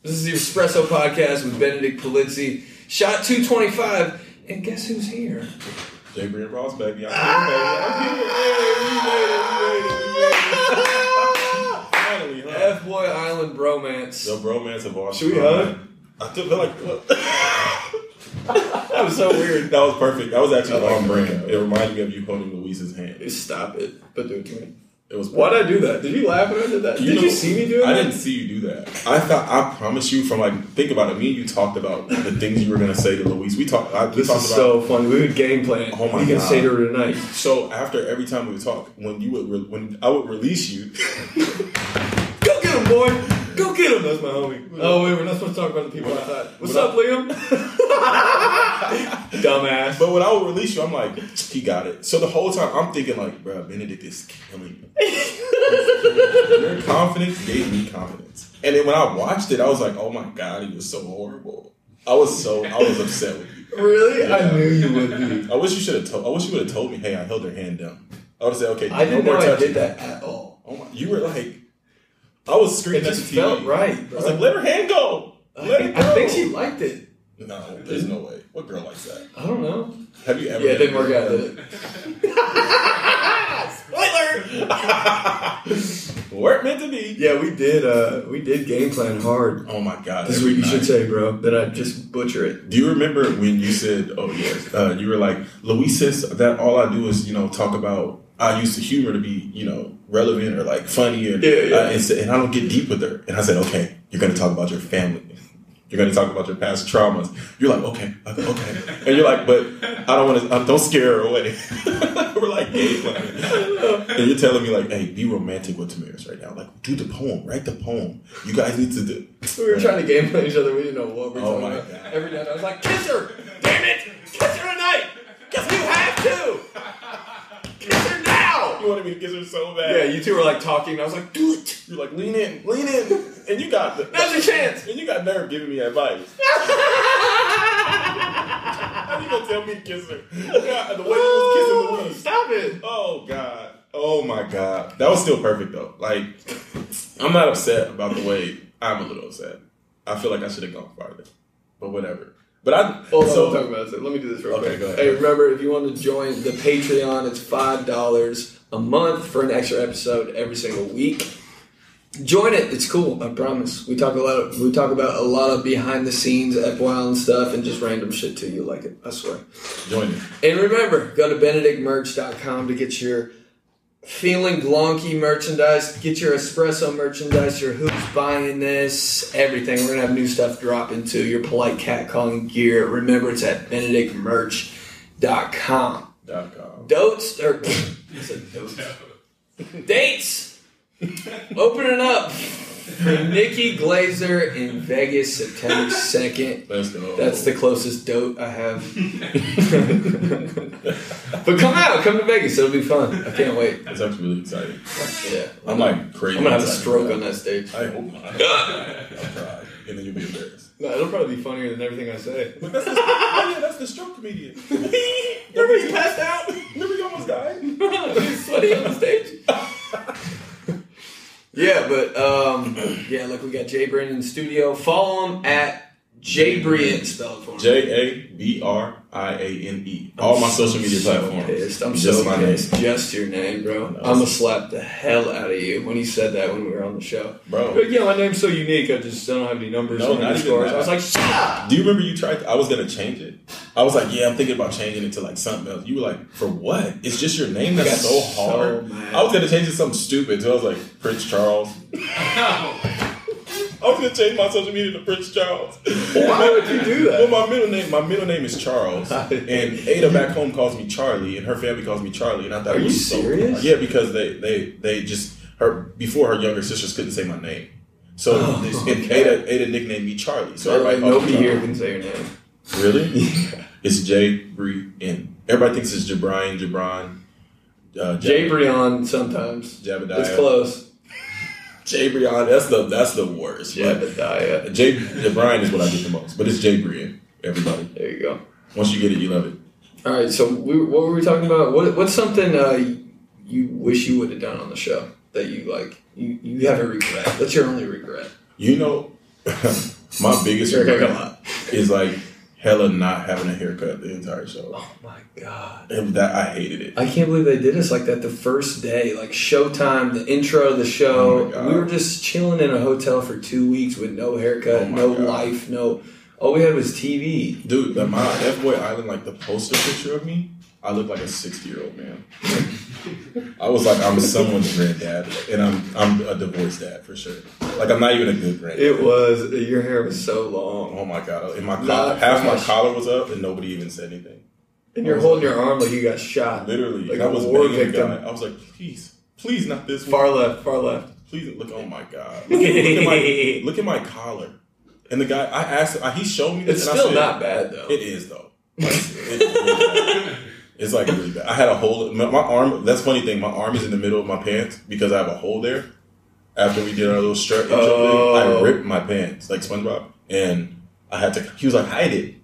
This is the Espresso Podcast with Benedict Polizzi. Shot 225, and guess who's here? J. Ross, baby. Ah! I'm here, baby. I'm here. Hey, we made it. We made it. We made it. Finally, F huh? Boy Island Bromance. The bromance of Austin. Should we hug? I do feel like look. That was so weird. that was perfect. That was actually I like on brand. that. It reminded me of you holding Louise's hand. Stop it. But do it to me. It was. Why'd I do that? Did you laugh when I did that? did know- you see me do it? I didn't see you do that. I thought. I promise you. From like, think about it. Me and you talked about the things you were gonna say to Louise. We talked. I- we This talked is about, so funny. We would game plan. Oh my we can God. say to her tonight. So after every time we would talk, when you would re- when I would release you, Go get him, boy. Go get him. That's my homie. Oh, wait, we're not supposed to talk about the people outside. What's What up, Liam? Dumbass. but when I would release you, I'm like, he got it. So the whole time I'm thinking like, bruh, Benedict is killing me. Your confidence gave me confidence. And then when I watched it, I was like, oh my god, he was so horrible. I was so I was upset with you. really? Yeah. I knew you would be. I wish you should have told. I wish you would have told me, hey, I held her hand down. I would have said, okay, I didn't no know more I touching. did that at all. Oh my, you were like, I was It screaming. just at the felt TV. right. I Bro. was like, let her hand go. Let it go. I think she liked it. No, there's no way. What girl likes that? I don't know. Have you ever? Yeah, it been- didn't work out, did it? Spoiler. Weren't meant to be. Yeah, we did. Uh, we did game plan hard. Oh my god. This is every what you should night. say, bro. That I just butcher it. Do you remember when you said, "Oh yes," uh, you were like, "Luis says that all I do is you know talk about I use the humor to be you know relevant or like funny or Yeah, yeah. Uh, and, so- and I don't get deep with her." And I said, "Okay, you're going to talk about your family." You're gonna talk about your past traumas. You're like, okay, uh, okay, okay. and you're like, but I don't want to. Uh, don't scare her away. We're like game planning. and you're telling me like, hey, be romantic with Tamiris right now. Like, do the poem, write the poem. You guys need to do. We were trying to game plan each other. We didn't know what we were Oh talking my about. God. Every night I was like, kiss her! Damn it! Kiss her tonight! Because we have to! Kiss her now! You wanted me to kiss her so bad. Yeah, you two were like talking, and I was like, do it! You're like, lean in, lean in, and you got the, Now's your chance! and you got nerve giving me advice. How you gonna tell me to kiss her? God, the way you was kissing Louise. Stop it! Oh God. Oh my God. That was still perfect though. Like, I'm not upset about the way. I'm a little upset. I feel like I should have gone farther, but whatever. But I Hold on, so we'll Oh, talk about this. Let me do this real Okay, quick. go ahead. Hey, remember, if you want to join the Patreon, it's $5 a month for an extra episode every single week. Join it. It's cool. I promise. We talk a lot. Of, we talk about a lot of behind the scenes, F Wild stuff, and just random shit too. You like it? I swear. join me. And remember, go to benedictmerch.com to get your feeling blonky merchandise, get your espresso merchandise, your who's buying this, everything. We're gonna have new stuff dropping too. Your polite cat calling gear. Remember, it's at benedictmerch.com. Dot com. Dotes or I said dotes. dates. Opening up for Nikki Glazer in Vegas, September second. Let's go. That's the closest dote I have. but come out, come to Vegas. It'll be fun. I can't wait. It's actually really exciting. Yeah, I'm like crazy. I'm gonna have a excited stroke about on that stage. it. I hope not. I'll cry, and then you'll be embarrassed. No, it'll probably be funnier than everything I say. But that's the, oh yeah, that's the stroke comedian. Remember he passed out? Remember you almost died? He's sweaty on the stage. yeah, but um, yeah, look, we got Jay Brian in the studio. Follow him at Jay Brian. Spell it for me. J A B R I A N E. All my social media so platforms. Pissed. I'm just so my name, pissed. Just your name, bro. No. I'm gonna slap the hell out of you when he said that when we were on the show. bro. But yeah, my name's so unique. I just don't have any numbers No, or not even underscores. that. I was like, shut up. Do you remember you tried? I was gonna change it. I was like, yeah, I'm thinking about changing it to like something else. You were like, for what? It's just your name. I That's got so so hard. mad. I was gonna change it to something stupid. So I was like, Prince Charles. I was gonna change my social media to Prince Charles. Why would you do Well, that? my middle name, my middle name is Charles, and Ada back home calls me Charlie, and her family calls me Charlie, and I thought, Are it you was so- serious? yeah, because they they they just her before her younger sisters couldn't say my name, so Oh, this- and okay. Ada Ada nicknamed me Charlie. So Sorry, everybody calls me nobody here Charlie. can say your name. Really? it's J Bree N. Everybody thinks it's Jabrian, Jabron, uh, Jay Brion sometimes. Jabadiah. It's close. J Brian. That's the that's the worst. Yeah. Jebediah. J Jabrian is what I get the most, but it's J Brian. Everybody, There you go. once you get it, you love it. All right, so we, what were we talking about? What, what's something uh, you wish you would have done on the show that you like? You, you have a regret. That's your only regret. You know, my biggest Your haircut regret is like hella not having a haircut the entire show. Oh my god. It- that I hated it. I can't believe they did us like that the first day, like showtime, the intro, of the show. Oh my God. we were just chilling in a hotel for two weeks with no haircut, Oh my no God. life, no. All we had was TV. Dude, the, my F Boy Island, like the poster picture of me, I look like a 60 year old man. I was like, I'm someone's granddad, and I'm I'm a divorced dad for sure. Like, I'm not even a good granddad. It was your hair was so long, Oh my god! And my Not collar, half my fresh. collar was up, and nobody even said anything. and you're holding your arm like you got shot. Literally, Like I a was war begging the victim. guy. I was like, please, please, not this one. Far left, far left. Please look. Oh my god! Look at, look at my, look at my collar. And the guy, I asked, him, he showed me this. It's and still I said, not bad though. It is though. Like, it's, really bad. It's, like really bad. I had a hole. My, my arm. That's funny thing. My arm is in the middle of my pants because I have a hole there. After we did our little strut intro Oh. thing, I ripped my pants like SpongeBob, and I had to. He was like, "Hide it."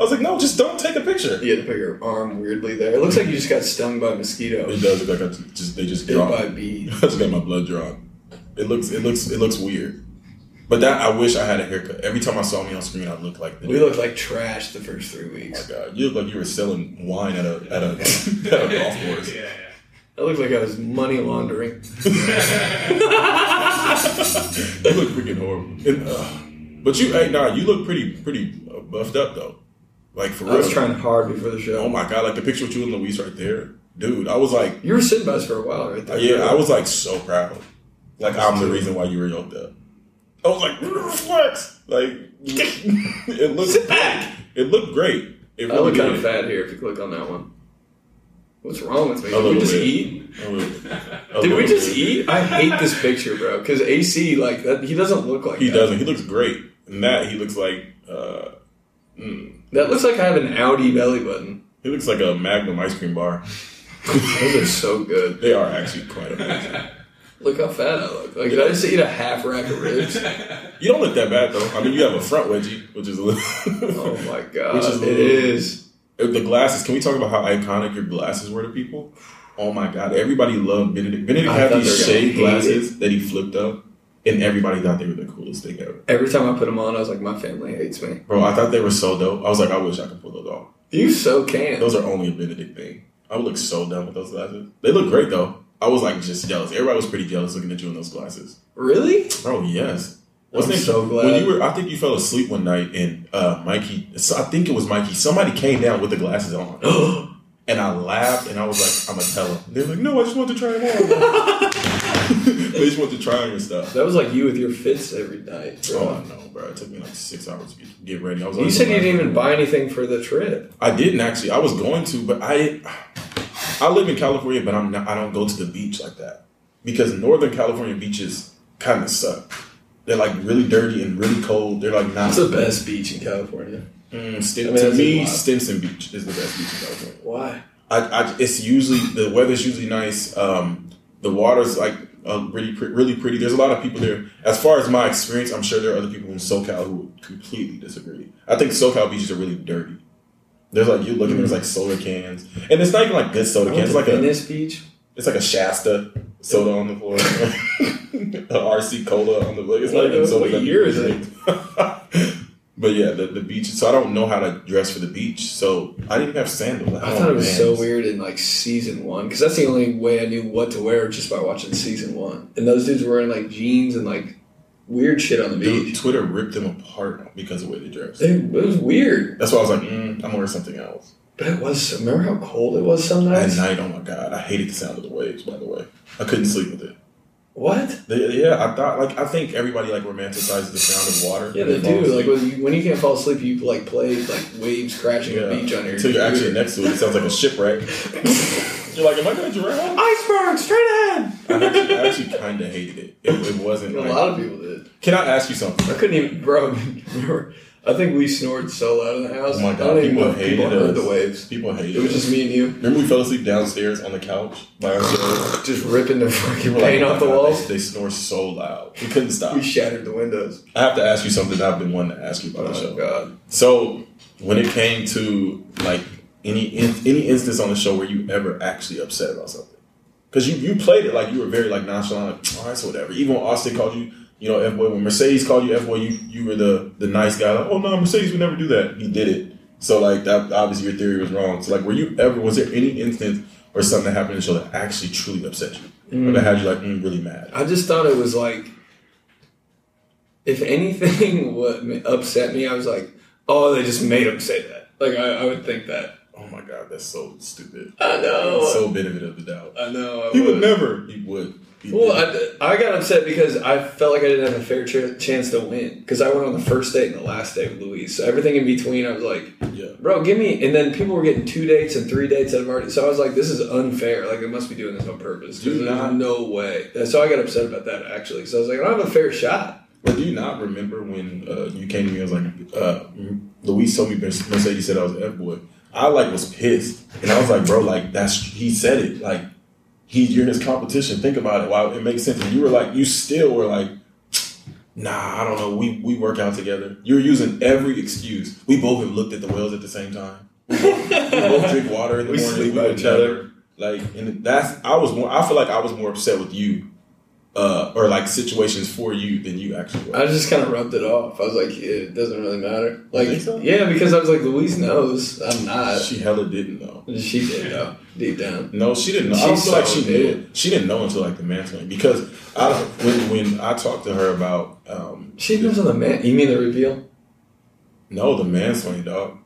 I was like, "No, just don't take a picture." You had to put your arm weirdly there. It looks like you just got stung by a mosquito. It does look like I ju- just they just Bit dropped. by bee. I just got my blood drawn. It looks it looks it looks weird. But that I wish I had a haircut. Every time I saw me on screen, I looked like this. We looked like trash the first three Oh weeks. my god, you look like you were selling wine at a at a, at a golf course. Yeah, I looked like I was money laundering. You look freaking horrible. And, uh, but you, hey, nah, you look pretty, pretty uh, buffed up though. Like for real. I was trying hard before the show. Oh my god, like the picture with you and Luis right there, dude. I was like, You were sitting by us for a while, right there. yeah, I was like so proud. Like I'm the reason why you were yoked up. I was like, flex. Like it looked Sit back! It looked great. It I look really kind of did. fat here if you click on that one. What's wrong with me? A Did we little just bit. eat? A little- a Did we little just bit. eat? I hate this picture, bro. Because AC, like, that, he doesn't look like He that. doesn't. He looks great. And that he looks like uh, mm, That looks like I have an Audi belly button. he looks like a Magnum ice cream bar. Those are so good. They are actually quite amazing. Look how fat I look. Like, did I just eat a half rack of ribs? You don't look that bad though. I mean, you have a front wedgie, which is a little. Oh my god. Which is it a little- is. the glasses. Can we talk about how iconic your glasses were to people? Oh my god, everybody loved Benedict. Benedict I had thought these they were gonna shade hate glasses that he flipped up, and everybody thought they were the coolest thing ever. Every time I put them on, I was like, my family hates me. Bro, I thought they were so dope. I was like, I wish I could pull those off. You so can. Those are only a Benedict thing. I would look so dumb with those glasses. They look great though. I was like just jealous. Everybody was pretty jealous looking at you in those glasses. really? Bro, yes. I'm that? so glad. When you were, I think you fell asleep one night, and uh, Mikey, so I think it was Mikey. Somebody came down with the glasses on. And I laughed and I was like, I'm gonna tell him. They're like, no, I just want to try them on. they just want to try them and stuff. that was like you with your fists every night. Bro. Oh, I know, bro. It took me like six hours to get- get ready. I was like, You said you "Bye." didn't even buy anything for the trip. I didn't actually. I was going to, but I I live in California, but I'm not, I don't go to the beach like that because Northern California beaches kind of suck. They're like really dirty and really cold. They're like not. That's the best beach in California. Mm, Stin- I mean, to that's a me, lot. Stinson Beach is the best beach in California. Why? I, I, it's usually the weather's usually nice. Um, the water's like uh, really, pre- really pretty. There's a lot of people there. As far as my experience, I'm sure there are other people in SoCal who would completely disagree. I think SoCal beaches are really dirty. There's like you look and there's like soda cans, and it's not even like good soda cans. It's like a Venice Beach. it's like a Shasta soda on the floor, a RC cola on the floor. It's not What- even soda. what that year people is drink. But yeah, the, the beach. So I don't know how to dress for the beach. So I didn't have sandals. Oh, I had thought it was so Vans. weird in like season one because that's the only way I knew what to wear just by watching season one. And those dudes were wearing like jeans and like weird shit on the Dude, beach. Twitter ripped them apart because of the way they dressed. It, it was weird, That's why I was like, mm, I'm gonna wear something else. but it was. Remember how cold it was some At nights? night, oh my god, I hated the sound of the waves. By the way, I couldn't sleep with it. What? They- yeah, I thought like I think everybody like romanticizes the sound of water. Yeah, they Fall do. Like asleep. when you, when you can't fall asleep, you like play like waves crashing the Yeah. beach on your until you're computer. actually next to it, it sounds like a shipwreck. you're like, am I gonna drown? iceberg straight ahead. I actually, I actually kind of hated it. It, it A wasn't. Like, lot of people did. Can I ask you something? I couldn't even, bro. remember, I think we snored so loud in the house. Oh my I don't god, even know people if people hated us. heard the waves. People hated It was us. just me and you, Remember we fell asleep downstairs on the couch by ourselves. just ripping the fucking People were like, paint "Oh my off the God, walls. They, they snore so loud. We couldn't stop. We shattered the windows. I have to ask you something that I've been wanting to ask you Oh about the my show. god. So, when it came to like any in, any instance on the show where you ever actually upset about something, because you you played it like you were very like nonchalant, like all right, so whatever. Even when Austin called you You know, F boy. When Mercedes called you F boy, you you were the the nice guy. Like, oh no, Mercedes would never do that. He did it. So like that obviously your theory was wrong. So like, were you ever was there any instance or something that happened in the show that actually truly upset you or that had you like mm, really mad? I just thought it was like, if anything, what ma- upset me, I was like, oh, they just made him say that. Like I, I would think that. Oh my god, that's so stupid. I know. So benefit of the doubt. I know. I He would never. Uh, He would. He did. Well, I, I got upset because I felt like I didn't have a fair ch- chance to win because I went on the first date and the last date with Louise. So everything in between, I was like, yeah. bro, give me. And then people were getting two dates and three dates that I've already. So I was like, this is unfair. Like, they must be doing this on purpose. 'cause Do there's not- no way. And So I got upset about that actually. So I was like, I don't have a fair shot. But do you not remember when uh, you came to me? I was like, uh, Luis told me Mercedes said I was an F boy. I like was pissed, and I was like, bro, like that's he said it. Like he, you're his competition. Think about it. Wow, it makes sense. And you were like, you still were like, nah, I don't know. We we work out together. You're using every excuse. We both have looked at the whales at the same time. We both drink water in the We morning. sleep We with would each other. never- Like, and that's I was more. I feel like I was more upset with you. Uh, or like situations for you than you actually were. I just kind of rubbed it off. I was like, yeah, it doesn't really matter. Like, think so? yeah, because I was like, Louise knows I'm not. She hella didn't know. She did though, deep down. No, she didn't know. She I don't feel like so she did. knew. it. She didn't know until like the management because I when when I talked to her about um She knows on the man. You mean the reveal? no the mansplaining dog.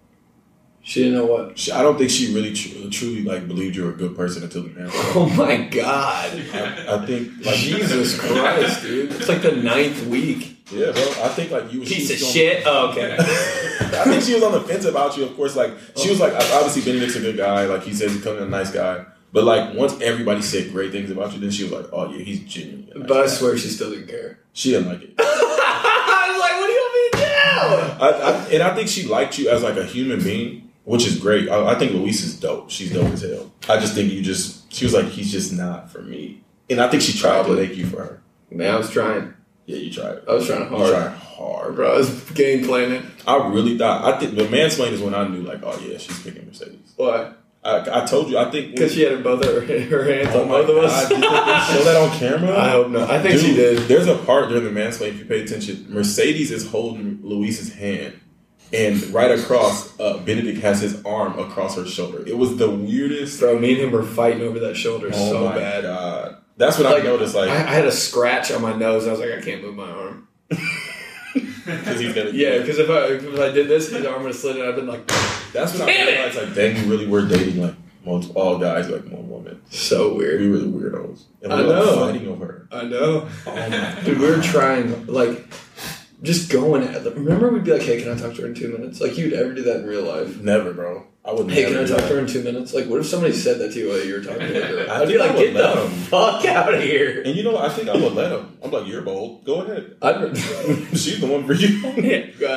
She didn't know what. She, I don't think she really tru- truly like believed you were a good person until the mansplaining. Oh my god. I, I think like Jesus Christ, dude. It's like the ninth week. Yeah, bro. I think like you was she Piece of was on- shit. Oh, okay. I think she was on the fence about you. Of course, like she was like obviously Benedict's a good guy. Like he says he's coming a nice guy. But like once everybody said great things about you, then she was like, "Oh yeah, he's genuine." a nice But I guy. swear she still didn't care. she didn't like it. I was like, what do you want me to I, I, and I think she liked you as like a human being, which is great. I, I think Luis is dope. She's dope as hell. I just think you just she was like he's just not for me, and I think she tried Probably. to make you for her. do? Man, I was trying. Yeah, you tried. I was trying You hard. tried hard. Bro, I was game planning. I really thought. I think the mansplain is when I knew like, oh yeah, she's picking Mercedes. Why? I, I told you. I think Because she had both her, her hands Oh on my both of us. God, did they show that on camera? I hope not. I think she Dude, did. There's a part during the mansplain. If you pay attention, Mercedes is holding Luis's hand, and right across, uh, Benedict has his arm across her shoulder. It was the weirdest. Bro, me and him were fighting over that shoulder oh so my bad. god! That's what I noticed. I, Like, I had a scratch on my nose. I was like, I can't move my arm. because he's gonna. Yeah, because if I if I did this, his arm would have slid, and I've been like, that's when Damn I it. realized. Like, dang, we really were dating like multiple, all guys, like one woman. so weird. We were the weirdos, and we I were like, know. fighting over her. I know. Oh my Dude, we were trying, like, just going at them. Remember, we'd be like, hey, can I talk to her in two minutes? Like, you'd ever do that in real life. Never, bro. I would Hey, never. can I do talk to that. her in two minutes? Like, what if somebody said that to you while you were talking to her? I I'd be think I like, would get the let 'em. fuck out of here. And you know, what? I think I would let him. I'm like, you're bold. Go ahead. I'd, She's the one for you. yeah, I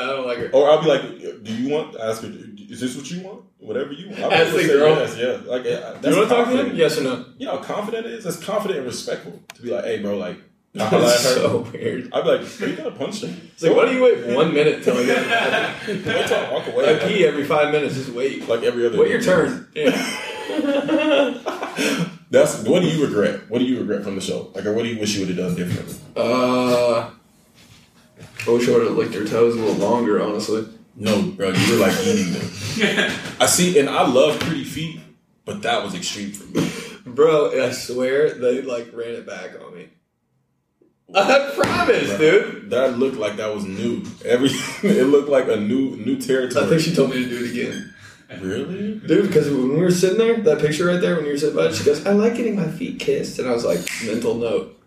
don't like her. Or I'll be like, "Do you want?" Ask her, "Is this what you want? Whatever you want." I'll Ask probably the say girl. Yes, yes. Like, uh, that's Do you want to talk to him? confident. Yes or no? You know how confident it is. That's confident and respectful to be like, "Hey, bro, like." I'll holler at That's her. so weird. I'd be like, "Are you gonna punch her?" It's like, why do you wait one minute till I get Wait till I walk I away. pee every five minutes. Just wait. Like every other. Wait your dude. turn. Yeah. That's what do you regret? What do you regret from the show? Like, or what do you wish you would have done differently? Uh, I wish I would have licked her toes a little longer, honestly. No, bro, you were like eating them. I see, and I love pretty feet, but that was extreme for me. Bro, I swear they like ran it back on me. I promise, dude. That looked like that was new. Every it looked like a new new territory. I think she told me to do it again. Really? Dude, because when we were sitting there, that picture right there, when you were sitting by it, she goes, I like getting my feet kissed. And I was like, mental note.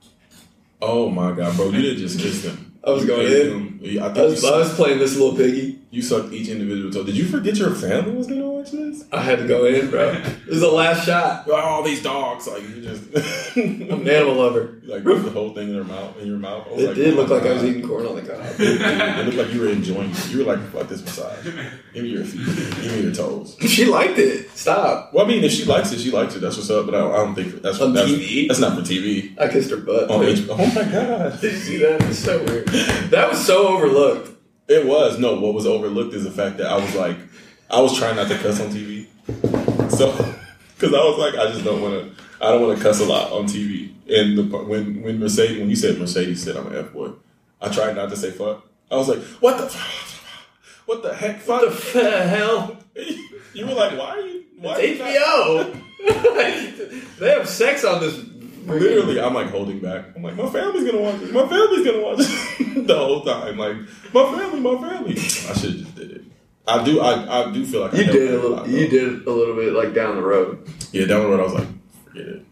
Oh my god, bro! You didn't just kiss them. I was You going ate in. them. Yeah, I I think was, you, I was playing this little piggy. you sucked each individual toe. Did you forget your family was gonna watch this? I had to go in, bro. This is the last shot. Bro, All these dogs, like you just I'm an animal lover. like put the whole thing in their mouth in your mouth. I was It like, did oh look my like I was God. eating corn on the cob. Dude, It looked like you were enjoying. It. You were like, "Fuck this massage. Give me your feet. Give me your toes." She liked it. Stop. Well, I mean, if she likes it, she likes it. That's what's up. But I, I don't think that's On that's, TV? That's not for TV. I kissed her butt. On dude. H- oh my god. Did you see that? It's so weird. That was so overlooked. It was no. What was overlooked is the fact that I was like, I was trying not to cuss on TV, so because I was like, I just don't want to. I don't want to cuss a lot on TV. And the part- when when Mercedes when you said Mercedes said I'm an f boy, I tried not to say fuck. I was like, what the, what the heck, fuck? What the hell? you were like, why are you? Why It's are you not- HBO. they have sex on this. freaking- Literally, I'm like holding back. I'm like, my family's gonna watch it. My family's gonna watch it the whole time. Like, my family, my family. I should have just did it. I do. I, I do feel like I You helped did a out little. lot, You though. did a little bit like down the road. Yeah, down the road, I was like, forget it.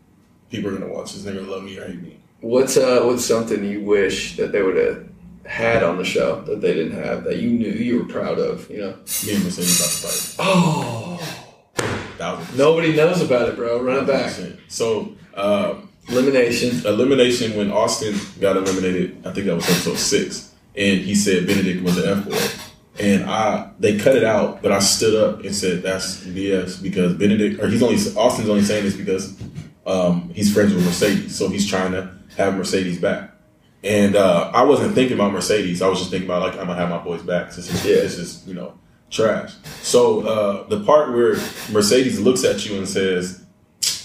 People are gonna watch this. They're gonna love me or hate me. What's uh? What's something you wish that they would have had on the show that they didn't have that you knew you were proud of. You know. Me and Mercedes about to fight. Oh. Thousand. Nobody knows about it, bro. Run it back. So. Um, Elimination. elimination when Austin got eliminated. I think that was episode six, and he said Benedict was the F word, and I they cut it out, but I stood up and said that's BS because Benedict or he's only Austin's only saying this because um, he's friends with Mercedes, so he's trying to have Mercedes back. And uh, I wasn't thinking about Mercedes. I was just thinking about like I'm gonna have my boys back. This is Yeah. this is you know trash. So uh, the part where Mercedes looks at you and says,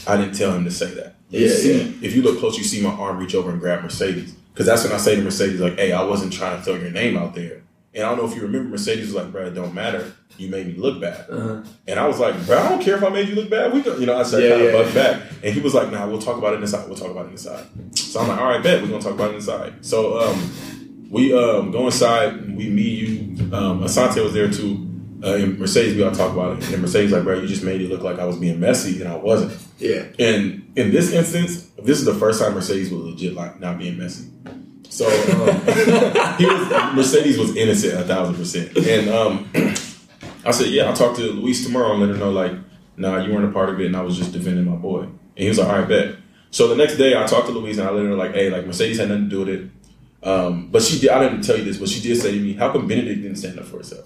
"I didn't tell him to say that." You Yeah, see- yeah. If you look close, you see my arm reach over and grab Mercedes because that's when I say to Mercedes like, "Hey, I wasn't trying to throw your name out there." And I don't know if you remember, Mercedes was like, "Bro, it don't matter. You made me look bad." Uh-huh. And I was like, bro, I don't care if I made you look bad. We go, you know, I said, Yeah, kind yeah, of bugged back. And he was like, nah, we'll talk about it inside. We'll talk about it inside. So I'm like, all right, bet. We're going to talk about it inside. So um, we um, go inside. We, me, you, um, Asante was there too. Uh, and Mercedes, we all talk about it. And then Mercedes like, bro, you just made it look like I was being messy and I wasn't. Yeah. And in this instance, this is the first time Mercedes was legit like not being messy. So um, he was, Mercedes was innocent a thousand percent. And um, I said, yeah, I'll talk to Luis tomorrow and let her know like, nah, you weren't a part of it, and I was just defending my boy. And he was like, all right, bet. So the next day, I talked to Luis and I let her know like, hey, like Mercedes had nothing to do with it. Um, but she did. I didn't tell you this, but she did say to me, "How come Benedict didn't stand up for herself?"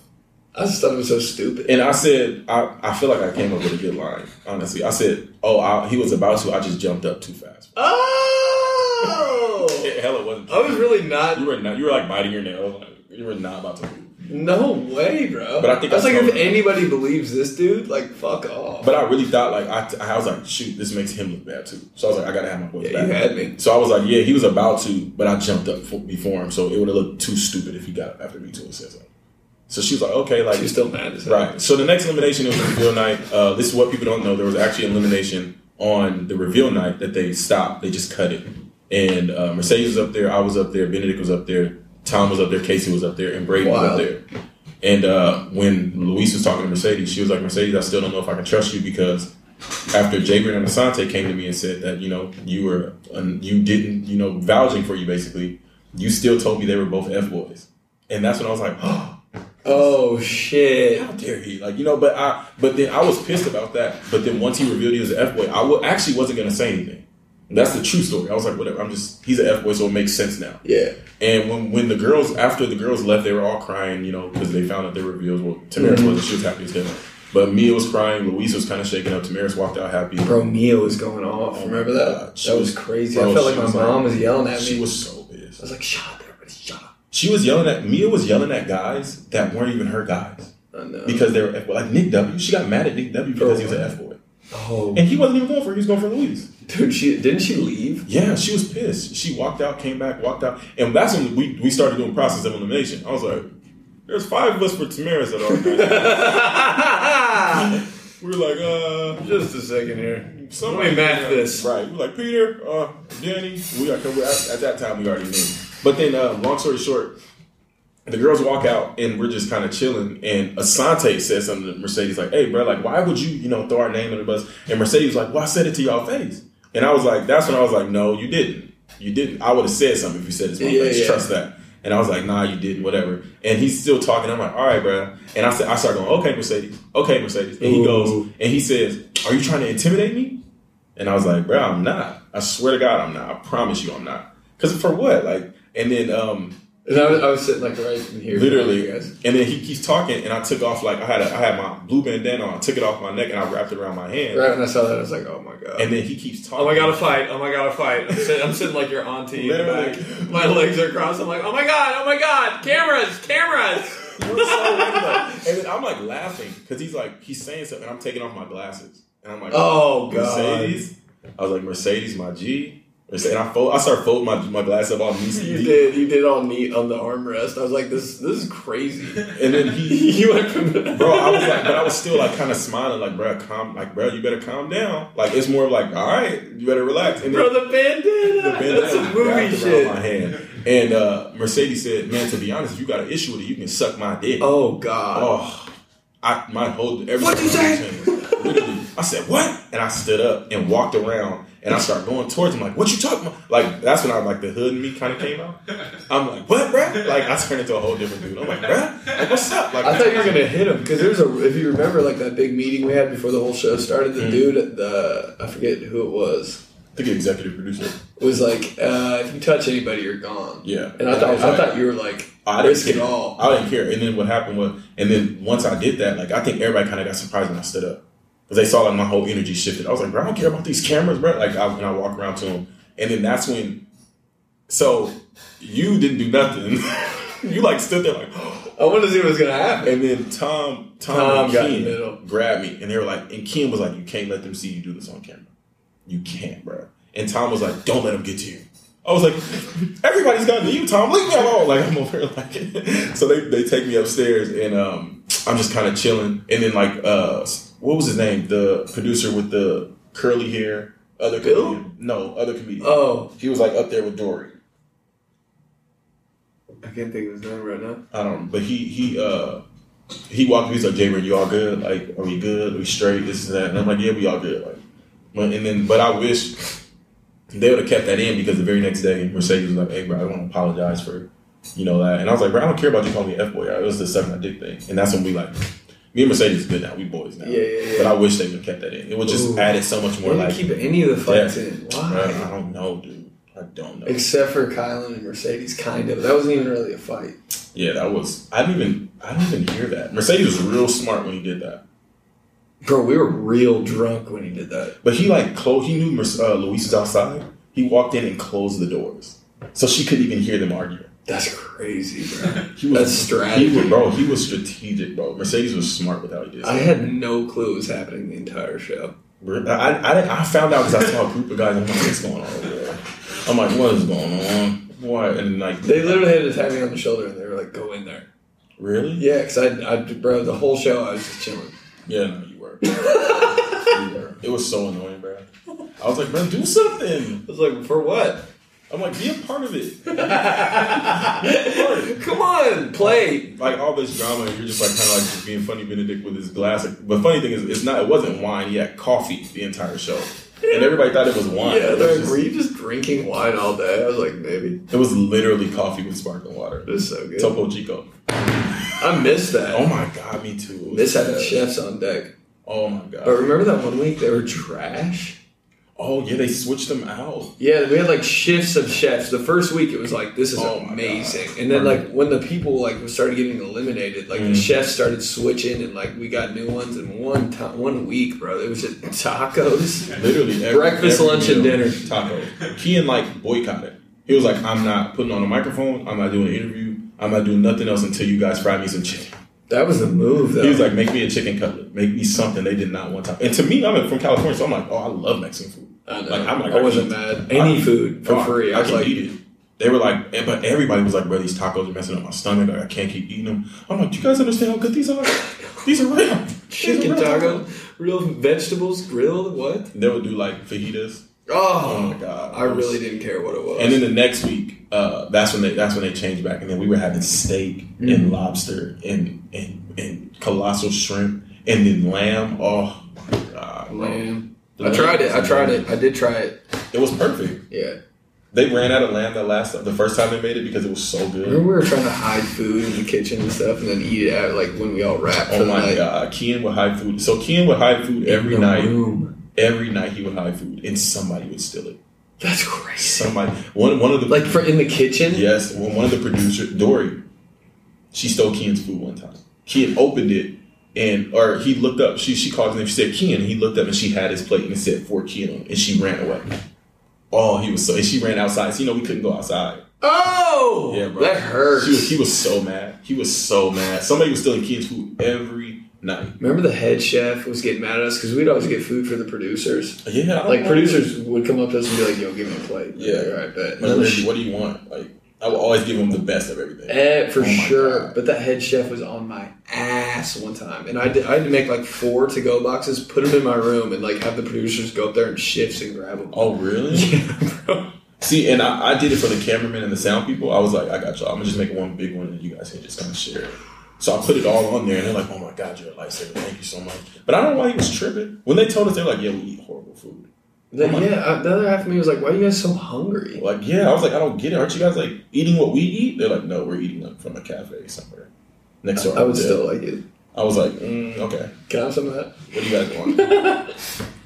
I just thought it was so stupid. And I said, I, I feel like I came up with a good line, honestly. I said, oh, I, he was about to, I just jumped up too fast. Oh. Hell, it wasn't. I was really not You were not, you were like biting your nails. Like, you were not about to move. No way, bro. But I think was I like, saw if it. anybody believes this dude, like, fuck off. But I really thought, like, I, I was like, shoot, this makes him look bad, too. So I was like, I gotta have my boys Yeah, back. you had me. So I was like, yeah, he was about to, but I jumped up for, before him, so it would have looked too stupid if he got up after me, too, and said something. So she was like, okay, like, She's still mad as hell. Right. So the next elimination it was reveal night. Uh, this is what people don't know. There was actually an elimination on the reveal night that they stopped. They just cut it. And uh, Mercedes was up there. I was up there. Benedict was up there. Tom was up there. Casey was up there. And Brayden was up Wow. there. And uh, when Luis was talking to Mercedes, she was like, Mercedes, I still don't know if I can trust you because after Jabrin and Asante came to me and said that, you know, you were, um, you didn't, you know, vouching for you basically, you still told me they were both F boys. And that's when I was like, oh, Oh, shit. how dare he? Like you know, but I but then I was pissed about that. But then once he revealed he was an F boy, I wa- actually wasn't gonna say anything. That's the true story. I was like, whatever. I'm just he's an F boy, so it makes sense now. Yeah. And when when the girls after the girls left, they were all crying, you know, because they found out their reveals. Well, Tamaris Mhm. wasn't. She was happy as hell. But Mia was crying. Luis was kind of shaken up. Tamaris walked out happy. Bro, Mia was going off. Oh Remember my that? God. She That was was- crazy. bro, I felt she like my was like- mom was yelling at She me. was so I pissed. was like, shut up, everybody, shut up. She was yelling at Mia was yelling at guys that weren't even her guys I know. because they were F boy. Like Nick W. She got mad at Nick W. because he was an F boy, oh, and he wasn't even going for her. He was going for Luis. dude, she didn't she leave? Yeah, she was pissed. She walked out, came back, walked out, and that's when we, we started doing process of elimination. I was like, "There's five of us for Tamaris at our night." Ah! we were like, "Uh, Just a second here. somebody math this. right?" We were like, "Peter, uh, Danny." We like, at, at that time we already knew. But then, uh, long story short, the girls walk out and we're just kind of chilling. And Asante says something to Mercedes like, "Hey, bro, like, why would you, you know, throw our name in the bus?" And Mercedes was like, "Well, I said it to y'all face." And I was like, "That's when I was like, no, you didn't. You didn't. I would have said something if you said it's my Yeah, face. yeah. Trust that." And I was like, "Nah, you didn't. Whatever." And he's still talking. I'm like, "All right, bro." And I said, I start going, "Okay, Mercedes. Okay, Mercedes." And he Ooh. goes and he says, "Are you trying to intimidate me?" And I was like, bro, I'm not. I swear to God, I'm not. I promise you, I'm not. Because for what? Like, and then um, And I was, I was sitting like right in here. Literally, You guys. and then he keeps talking, and I took off like I had a, I had my blue bandana on, I took it off my neck, and I wrapped it around my hand. Right when I saw that, I was like, oh my god. And then he keeps talking. Oh my god, a fight! Oh my god, a fight! I'm, sit- I'm sitting like your auntie. in the back. Literally. My legs are crossed. I'm like, oh my god, oh my god, cameras, cameras. You were so ready, like- and then I'm like laughing because he's like he's saying something, and I'm taking off my glasses, and I'm like, Oh, God. Mercedes. I was like Mercedes, my G. And I fold, I start folding my, my glass up all knees You deep. did. You did all neat on the armrest. I was like, this. This is crazy. And then he, you went from bro, I was like, but I was still like kind of smiling, like, bro, calm, like, bro, you better calm down. Like, it's more of like, all right, you better relax. And bro, the bandana. the bandana That's some wrapped movie around shit. my hand. And uh, Mercedes said, man, to be honest, if you got an issue with it, you can suck my dick. Oh god. Oh, I my whole everything. What'd you say? Literally, I said what? And I stood up and walked around, and I started going towards him like, "What you talking about?" Like that's when I like the hood in me kind of came out. I'm like, "What, bruh? Like I turned into a whole different dude. I'm like, "Bruh, like, what's up?" Like I thought you were gonna hit him because there was a. If you remember, like that big meeting we had before the whole show started, the dude at the I forget who it was I think executive producer. was like, uh, "If you touch anybody, you're gone." Yeah, And I thought I thought you were like I didn't risk it care. all. I didn't care. And then what happened was, and then once I did that, like I think everybody kind of got surprised when I stood up because they saw like my whole energy shifted. I was like, bro, I don't care about these cameras, bro. Like, I, and I walk around to him, and then that's when. So, you didn't do nothing. you like stood there like, oh, I wanted to see what was gonna happen. and then Tom, Tom, Tom and got in Ken the middle. grabbed me, and they were like, and Ken was like, you can't let them see you do this on camera. You can't, bro. And Tom was like, don't let them get to you. I was like, everybody's gotten to you, Tom. Leave me alone. Like I'm over here, like. so they, they take me upstairs, and um, I'm just kind of chilling. And then like, uh, what was his name? The producer with the curly hair, other Bill? comedian. No, other comedian. Oh, he was like up there with Dory. I can't think of his name right now. I don't know, but he he uh he walked me. He's like, Jaybird, you all good? Like, are we good? Are we straight? This and that. And I'm like, yeah, we all good. Like, but and then, but I wish they would have kept that in because the very next day, Mercedes was like, hey, bro, I want to apologize for you know that. And I was like, bro, I don't care about you calling me f boy. It was the suck my dick thing, and that's when we like. Me and Mercedes is good now. We boys now. Yeah, yeah, yeah. But I wish they would have kept that in. It would just Ooh. added so much Why more. didn't Like, Uh-huh. keep any of the fights in? bro, Why? I don't know, dude. I don't know. Except for Kylan and Mercedes, kind of. That wasn't even really a fight. Yeah, that was. I didn't even. I didn't even hear that. Mercedes was real smart when he did that. Bro, we were real drunk when he did that. But he like closed. He knew Merce- uh, Luis was outside. He walked in and closed the doors, so she couldn't even hear them arguing. That's crazy, bro. He was That's strategy. He was, bro, he was strategic, bro. Mercedes was smart with how he did. I stuff. had no clue it was happening the entire show. Bro, I, I, I, didn't- I found out because I saw a group of guys. I'm like, what's going on? Over there? I'm like, what is going on? What? And like, They literally had to tap me on the shoulder and they were like, go in there. really? Yeah, because I, I, bro, the whole show I was just chilling. Yeah, no, you were. you were. It was so annoying, bro. I was like, bro, do I something. was like, for what? I'm like, be a part of it. Come on, play. like all this drama, and you're just like kind of like just being funny Benedict with his glass. But funny thing is, it's not. It wasn't wine. He had coffee the entire show, and everybody thought it was wine. Yeah, it, was they're just- were you just drinking wine all day? I was like, maybe. it was literally coffee with sparkling water. This is so good. Topo Chico. I missed that. Oh my god, me too. It was Miss having bad. chefs on deck. Oh my But god. remember that one week they were trash? Oh yeah, they switched them out. Yeah, we had like shifts of chefs. The first week it was like this is Oh my amazing, God. and then like when the people like started getting eliminated, like the Mm. chefs started switching, and like we got new ones. And one time, one week, bro, it was just tacos. Literally every- Breakfast, every lunch, and meal, dinner. Taco. Kean like boycotted. He was like, I'm not putting on a microphone. I'm not doing an interview. I'm not doing nothing else until you guys fry me some chicken. That was the move, though. He was like, make me a chicken cutlet, make me something they did not want to. And to me, I'm from California, so I'm like, oh, I love Mexican food. I, know. like, I'm like, I I wasn't can- mad. Any I- food for Oh, free. I, I, was can like, eat it. They were like, eh, but everybody was like, bro, these tacos are messing up my stomach. Like, I can't keep eating them. I'm like, do you guys understand how good these are? These are real. These are chicken real taco, real vegetables grilled. What? They would do like fajitas. Oh Oh, my god, I really didn't care what it was. And then the next week, uh, that's when they that's when they changed back, and then we were having steak Mm. and lobster and and and colossal shrimp and then lamb. Oh my god, bro. lamb. The I lamb tried it. I was tried amazing. it. I did try it. It was perfect. Yeah. They ran out of lamb that last the first time they made it because it was so Remember good. we were trying to hide food in the kitchen and stuff, and then eat it out like when we all wrapped. for Oh the my night. god, Kian would hide food. So Kian would hide food every In the night. room. Every night he would hide food, and somebody would steal it. That's crazy. Somebody, one one of the Like for in the kitchen. yes, one one of the producer Dory, she stole Kian's food one time. Kian opened it, and or he looked up. She she called his name. She said Kian. And he looked up, and she had his plate, and it said for Kian on, it, and she ran away. Oh, he was so. And she ran outside. So you know we couldn't go outside. Oh, Yeah, bro. that hurts. She was, he was so mad. He was so mad. Somebody was stealing Keen's food every night. Remember the head chef was getting mad at us because we'd always get food for the producers. Oh, Yeah, I don't Like know. producers would come up to us and be like, "Yo, give me a plate." Yeah. Like, all right, bet. Like, what, do you, what do you want? Like, I will always give them the best of everything. Eh, for Oh my sure. God. But that head chef was on my ass one time, and I, did, I had to make like four to go boxes, put them in my room, and like have the producers go up there and shifts and grab them. Oh, really? See, and I, I did it for the cameraman and the sound people. I was like, I got y'all. I'm gonna just make one big one, and you guys can just kind of share it. So I put it all on there, and they're like, "Oh my god, you're a lifesaver! Thank you so much." But I don't know why he was tripping when they told us. They're like, "Yeah, we eat horrible food." The- Oh my- yeah, uh, the other half of me was like, "Why are you guys so hungry?" Like, yeah, I was like, "I don't get it. Aren't you guys like eating what we eat?" They're like, "No, we're eating like from a cafe somewhere next door." I would Yeah. still like it. I was like, mm, "Okay, Can I have some of that? what do you guys want?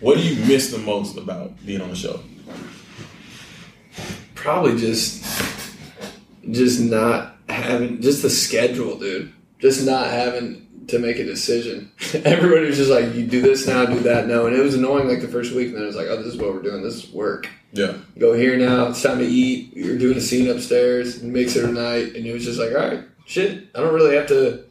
what do you miss the most about being on the show?" Probably just, just not having just the schedule, dude. Just not having to make a decision. Everybody was just like, "You do this now, do that now," and it was annoying. Like the first week, and then it was like, "Oh, this is what we're doing. This is work." Yeah, go here now. It's time to eat. We were doing a scene upstairs, mix it tonight, and it was just like, all right, shit. I don't really have to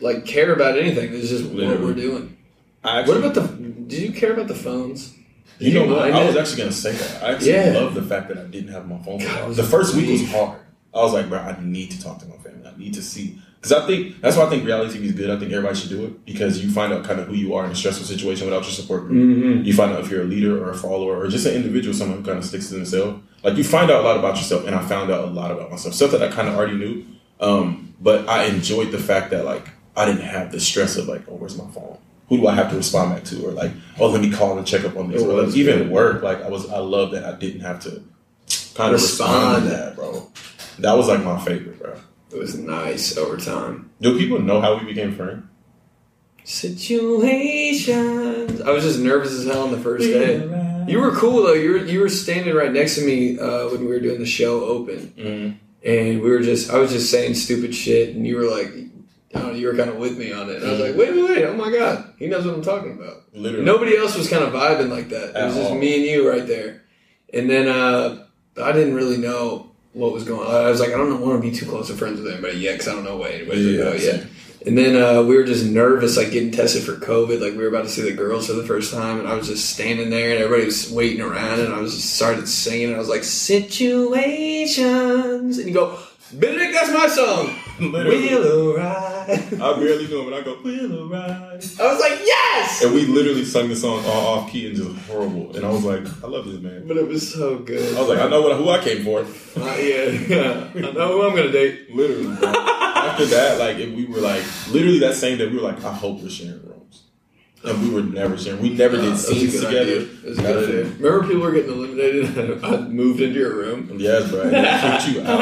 like care about anything. This is just what Literally. we're doing. I What about the? Do you care about the phones? You, Do you know what? mind I it? was actually gonna say that. I actually Yeah. love the fact that I didn't have my phone. God, it was the first week was weak. hard. I was like, bro, I need to talk to my family. I need to see because I think that's why I think reality TV is good. I think everybody should do it because you find out kind of who you are in a stressful situation without your support group. Mm-hmm. You find out if you're a leader or a follower or just an individual, someone who kind of sticks to themselves. Like you find out a lot about yourself, and I found out a lot about myself, stuff that I kind of already knew. Um, but I enjoyed the fact that like I didn't have the stress of like, oh, where's my phone? Who do I have to respond back to? Or like, oh, let me call and check up on this. It Or like, was even good. work, like I was, I love that I didn't have to kind of Respond. respond to that, bro. That was like my favorite, bro. It was nice over time. Do people know how we became friends? Situations. I was just nervous as hell on the first day. You were cool though. You were you were standing right next to me uh, when we were doing the show open. Mm. and we were just I was just saying stupid shit and you were like I don't know, you were kind of with me on it. And I was like, wait, wait, wait, oh my god, he knows what I'm talking about. Literally, Nobody else was kind of vibing like that. It At was just all. me and you right there. And then uh, I didn't really know what was going on. I was like, I don't want to be too close to friends with anybody yet because I don't know what anybody's Yeah, going to know same. yet. And then uh, we were just nervous, like getting tested for COVID. Like we were about to see the girls for the first time, and I was just standing there, and everybody was waiting around, and I was just started singing. And I was like, "Situations," and you go, "Benedict, that's my song." Literally. We'll ride. I barely knew him, and I go, "We'll ride." I was like, "Yes!" And we literally sung the song all off key and just horrible. And I was like, I love this man. But it was so good. I was like, I know what, who I came for. Uh, yeah, yeah. I know who I'm gonna date. Literally. bro. After that, like, if we were like, literally that same day, we were like, I hope we're sharing rooms. And we were never sharing. We never Uh, that did was a scenes good together. idea. That was a good idea. Remember, people were getting eliminated. I moved into your room. Yes, bro. And they kicked you out.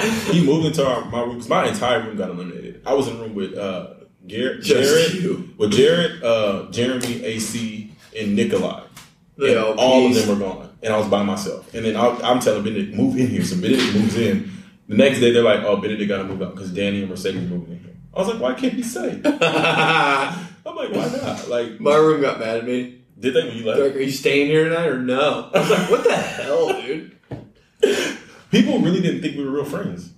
bro. He moved into our, my room 'cause my entire room got eliminated. I was in a room with uh, Garrett, Just Jared, you. with Jared, uh, Jeremy, AC, and Nikolai. They And all, all of peaced. them were gone, and I was by myself. And then I, I'm telling Benedict, move in here. So Benedict moves in. The next day, they're like, "Oh, Benedict got to move out because Danny and Mercedes moving in here." I was like, "Why can't he stay?" I'm like, "Why not?" Like, My room got mad at me. did they when you They're left? like, are you staying here tonight or no? I was like, what the hell, dude? People really didn't think we were real friends.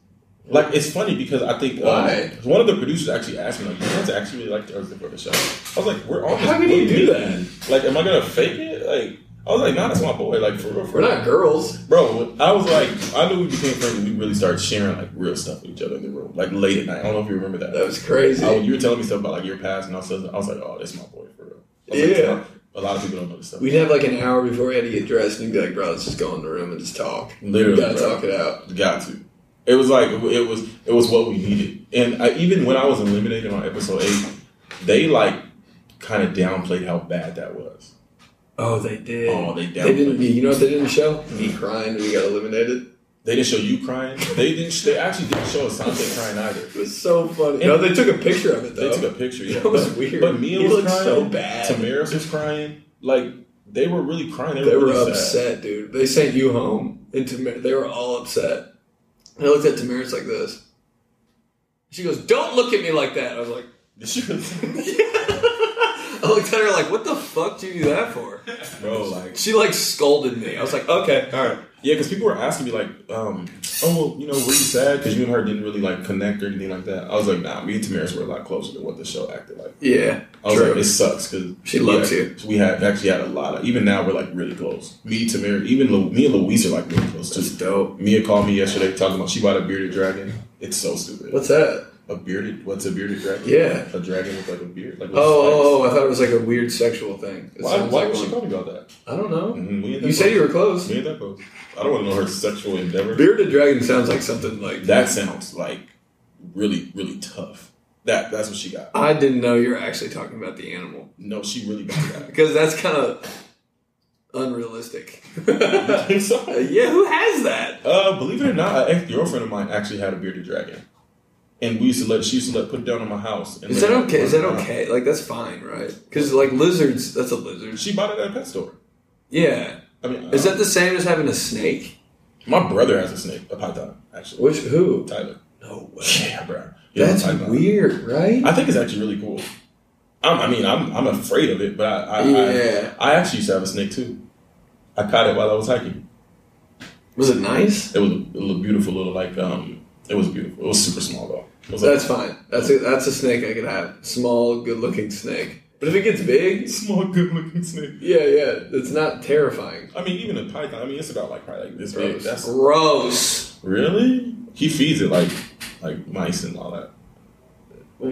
Like, it's funny because I think um, Why? one of the producers actually asked me, "Like, you guys actually really like the Earth Brother show?" I was like, "We're on." How can you do that? Like, am I gonna fake it? Like, I was like, "Nah, that's my boy." Like, for real, for We're real. not girls. Bro, I was like, I knew we became friends when we really started sharing like real stuff with each other in the room, like late at night. I don't know if you remember that. That was crazy. I- you were telling me stuff about like your past, and I was, I was like, oh, that's my boy for real. I was like, Yeah. a lot of people don't know this stuff. We'd have like an hour before we had to get dressed, and you'd be like, bro, let's just go in the room and just talk. We Literally, gotta bro. talk it out. Got to. It was like it was it was what we needed. And I, even when I was eliminated on episode eight, they like kind of downplayed how bad that was. Oh, they did. Oh, they they didn't. downplayed. You know what they didn't show? Me crying. We got eliminated. They didn't show you crying. They didn't. They actually didn't show Asante crying either. It was so funny. no, they took a picture of it They though. took a picture. Yeah, That was but, weird. But Mia He was looked crying. so bad. Tamaris was crying. Like they were really crying. They were, they were really sad. upset, dude. They sent you home, and Tamir, they were all upset. And I looked at Tamiris like this. She goes, "Don't look at me like that." I was like. She was- I looked at her like, what the fuck do you do that for? bro, like She like scolded me. I was like, okay, alright. Yeah, because people were asking me like, um, "Oh, well, you know, were you sad because you and her didn't really like connect or anything like that?" I was like, "Nah, me and Tamaris were a lot closer than what the show acted like." Yeah, I was True. like, "It sucks because She loves you. We have actually had a lot of. Even now, we're like really close. Me, Tamaris, even Lu- me and Louise are like really close that's too. dope. Mia called me yesterday talking about she bought a bearded dragon. It's so stupid. What's that? a bearded? What's a bearded dragon? Yeah. a dragon with like a beard. Like with Oh, oh, I thought it was like a weird sexual thing. It spikes. why? sounds Why like was she one. calling me about that? I don't know. Mhm, we ain't that You said close. you were close. We ain't that close. I don't want to know her sexual endeavor. Bearded dragon sounds like something like That sounds like really, really tough. That that's what she got. I didn't know you were actually talking about the animal No, she really got that. because that's kind of unrealistic. You yeah, think so? who has that? Uh, believe it or not, an ex girlfriend of mine actually had a bearded dragon, and we used to let she used to let put it down on my house. And Is let that it okay? Is that run around. okay? Like that's fine, right? Because like lizards, that's a lizard. She bought it at a pet store. Yeah. I mean, Is uh, that the same as having a snake? my brother has a snake, a python actually. Which who? Tyler. No way. Yeah, bro. Yeah, That's python. weird, right? I think it's actually really cool. I'm, I mean, I'm I'm afraid of it, but I I, Yeah. I I actually used to have a snake too. I caught it while I was hiking. Was it nice? It was a little beautiful, little like um, it was beautiful. It was super small though. It was That's like, fine. That's a, that's a snake I could have. Small, good-looking snake. But if it gets big, small, good-looking snake. yeah, yeah, it's not terrifying. I mean, even a python. I mean, it's about like probably like this big. Gross. That's Gross. really. He feeds it like like mice and all that. They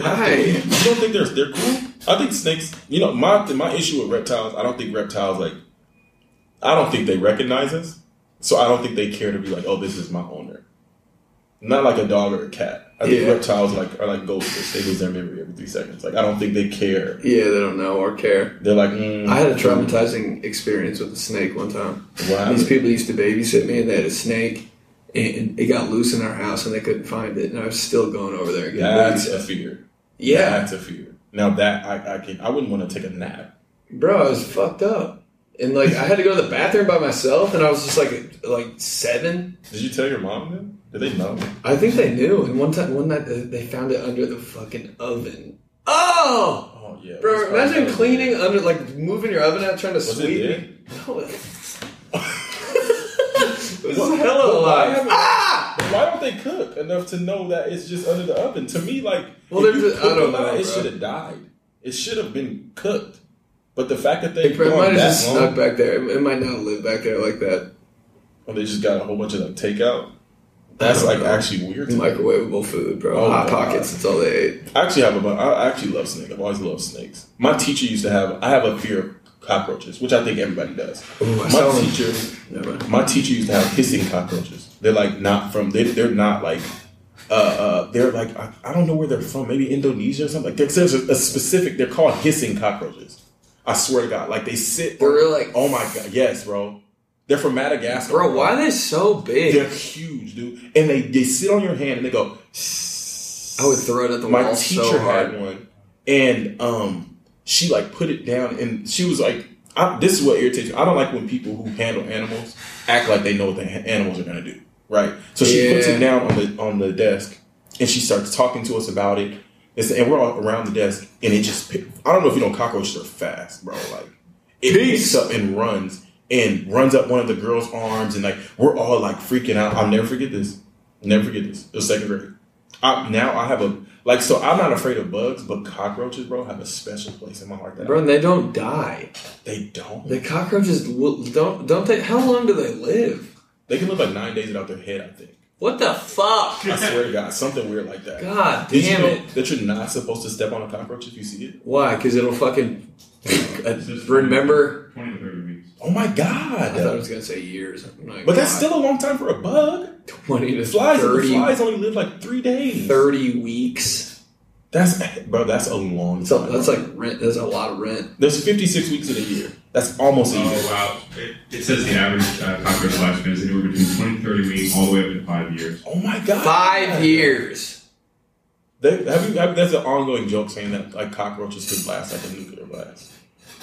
have Why? to. You don't think they're they're cool? I think snakes. You know, my my issue with reptiles. I don't think reptiles like. I don't think they recognize us, so I don't think they care to be like, oh, this is my owner. Not like a dog or a cat. I think Yeah. reptiles like are like goldfish. They lose their memory every three seconds. Like I don't think they care. Yeah, they don't know or care. They're like, mm, I had a traumatizing experience with a snake one time. What happened? These people used to babysit me, and they had a snake, and it got loose in our house, and they couldn't find it, and I was still going over there. And getting That's a babysat. fear. yeah, that's a fear. Now that I, I can, I wouldn't want to take a nap. bro, I was fucked up, and like I had to go to the bathroom by myself, and I was just like like seven, Did you tell your mom then? Did they know? I think they knew. And one time, one night, they they found it under the fucking oven. Oh, Oh yeah, It was bro! probably Imagine dead. cleaning under, like moving your oven out, trying to Was sweep. it it. dead? No, it was hella Why alive. haven't- Ah! Why don't they cook enough to know that it's just under the oven? To me, like, Well, if they're you just- cook I don't a lot, know, it bro. should have died. It should have been cooked. But the fact that they It gone might have that just long, snuck back there. It, it might not live back there like that. or they just got a whole bunch of like takeout. That's I like don't know. actually weird. To me. Microwavable food, bro. Oh, Hot God. pockets. That's all they ate. I actually have a bu- I actually love snakes. I've always loved snakes. My teacher used to have. I have a fear of cockroaches, which I think everybody does. Ooh, I saw my one. teacher, Never mind. my teacher used to have hissing cockroaches. They're like not from. They, they're not like. Uh, uh, they're like I, I don't know where they're from. Maybe Indonesia or something. Like there's there's a, a specific. They're called hissing cockroaches. I swear to God, like they sit. For real, like- oh my God, yes, bro. They're from Madagascar, Bro, why are they so big? They're huge, dude. And they they sit on your hand and they go. I would throw it at the My wall teacher so hard. had one, and um, she like put it down, and she was like, I, "This is what irritates me. I don't like when people who handle animals act like they know what the ha- animals are gonna do, right?" So she puts Yeah. it down on the on the desk, and she starts talking to us about it. It's, and we're all around the desk, and it just pick- I don't know if you know cockroaches are fast, bro. Like it Peace. picks up and runs and runs up one of the girls' arms, and like we're all like freaking out. I'll never forget this. Never forget this. It was second grade. I, now I have a like so I'm not afraid of bugs, but cockroaches, bro, have a special place in my heart. That Bro, and they don't die. they don't. The They, cockroaches will- don't don't they? How long do they live? can live like nine days without their head. I think. What the fuck? I swear to God, something weird like that. God Did damn you know it. that you're not supposed to step on a cockroach if you see it? Why? Because it'll fucking uh, remember. Twenty to thirty weeks. Oh my I thought I God! was gonna say years. I'm like, But that's God, still a long time for a bug. twenty to Flies, 30, flies only live like three days. 30 weeks. That's bro. That's a long That's, a, time. that's like rent. That's a lot of rent. There's 56 weeks in a year. That's almost a year. Oh wow! It, it says the average uh, cockroach lifespan is anywhere between twenty to thirty weeks, all the way up to five years. Oh my god! Five years. They, have you, have, that's an ongoing joke saying that like cockroaches could blast like a nuclear blast.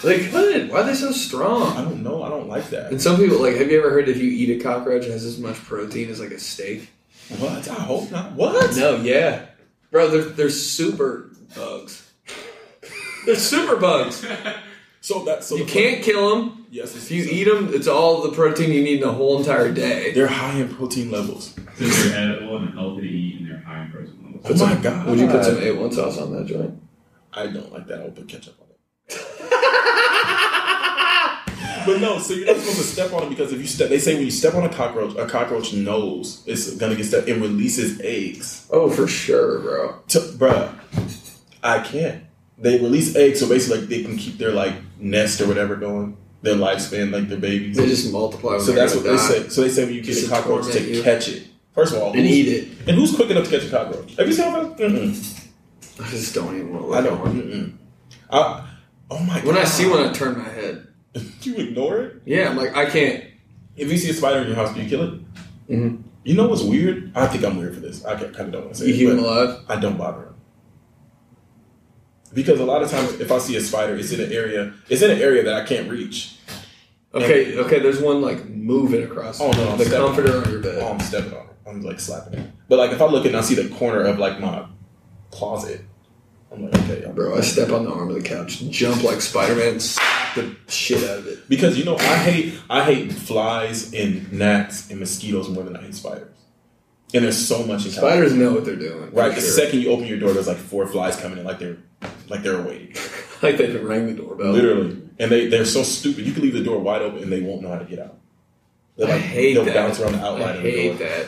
They could. Why are they so I strong? don't know. I don't like that. And some people like. Have you ever heard if you eat a cockroach, it has as much protein as like a steak? What? I hope not. What? No. Yeah, bro. They're they're super bugs. They're super bugs. So that so You the- can't kill them. Yes, If you eat them, it's all the protein you need in a whole entire day. They're high in protein levels. Since they're edible and healthy to eat and they're high in protein levels. Oh my god! Would you put some A1 sauce on that joint? I don't like that. I'll put ketchup on it. but no, so you're not supposed to step on it because if you step, they say when you step on a cockroach, a cockroach knows it's gonna get stuck. It releases eggs. Oh, for sure, bro. To, bruh, I can't. They release eggs, so basically, like they can keep their like nest or whatever going, their lifespan, like their babies. They just multiply. When So they're that's what gonna they die. say. So they say when you Just get a to cockroach to torment you. catch it. First of all, And who's- eat it. And who's quick enough to catch a cockroach? Have you seen one? Mm-mm. I just don't even want to I look at don't. one. Mm-mm. I, oh my god! When I see one, I turn my head. you ignore it. Yeah, I'm like, I can't. If you see a spider in your house, do you kill it? Mhm. You know what's weird? I think I'm weird for this. I kind of don't want to say Eat it, human but alive. I don't bother them because a lot of times, if I see a spider, it's in an area. It's in an area that I can't reach. Okay, okay. There's one like moving across Oh, no, I'm the stepping comforter on on your bed. Oh, I'm stepping on it. I'm like slapping it. But like if I look and I see the corner of like my closet, I'm like, okay, I'm Bro, I step on the arm of the couch, jump like Spider Man, slap the shit out of it. Because you know, I hate I hate flies and gnats and mosquitoes more than I hate spiders. And there's so much in California. Spiders know what they're doing. for Right, the sure. second you open your door, there's like four flies coming in, like they're like they're awake, Like they can ring the doorbell. literally. And they they're so stupid. You can leave the door wide open and they won't know how to get out. They're I like hate they'll that. bounce around the outline I of the door. hate that.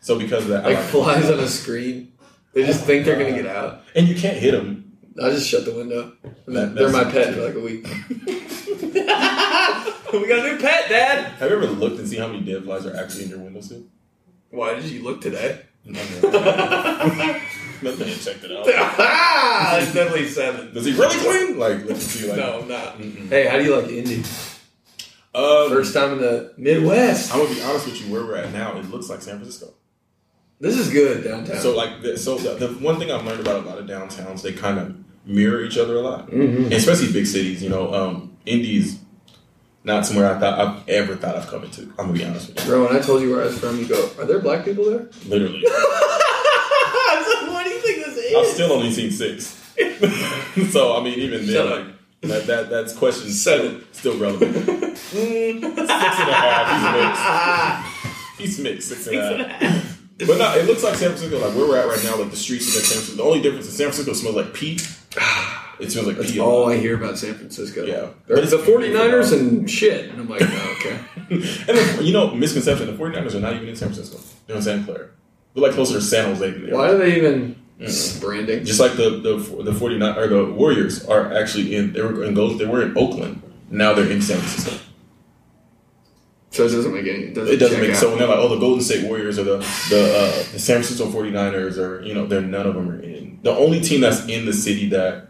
So because of that, I Like like- flies on a screen. They just think they're gonna get out. and you can't hit them. I just shut the window. That- they're my that's- pet for like a week. we got a new pet, Dad. Have you ever looked and seen how many dead flies are actually in your windowsill? Why did you look today? Nothing. Checked it out. ah, it's definitely seven. Does he really clean? Like, let's see. Like, No, I'm not. Mm-mm. Hey, how do you like Indy? Um, First time in the Midwest. I'm gonna be honest with you. Where we're at now, it looks like San Francisco. This is good downtown. So like, the, so the, the one thing I've learned about a lot of downtowns, they kind of mirror each other a lot, Mhm. And especially big cities. You know, um, Indy's not somewhere I thought I've ever thought I've come into. I'm gonna be honest with Bro, when I told you where I was from, you go, are there black people there? you, literally. I was like, what do you think this is? I've still only seen six. so I mean, even Shut then, up. like, that, that that's question Seven. still relevant. Six and a Ah. half. He's mixed. He's mixed. Six and a half. But no, it looks like San Francisco. Like where we're at right now, like the streets of San Francisco. The only difference is San Francisco smells like pee. It smells like That's pee. a all lot. I hear about San Francisco. Yeah. But There's it's the 49ers and shit. And I'm like, oh, okay. and then, you know, misconception: the 49ers are not even in San Francisco. They're in San Clair. They're like closer to San Jose than they Why are. are they even Mm. branding? Just like the the the 49 or the Warriors are actually in they were in those they were in Oakland. Now they're in San Francisco. So it doesn't make any it doesn't, It doesn't check make out. so when they're like, oh, the Golden State Warriors or the the, uh, the San Francisco 49ers or you know, they're none of them are in. The only team that's in the city that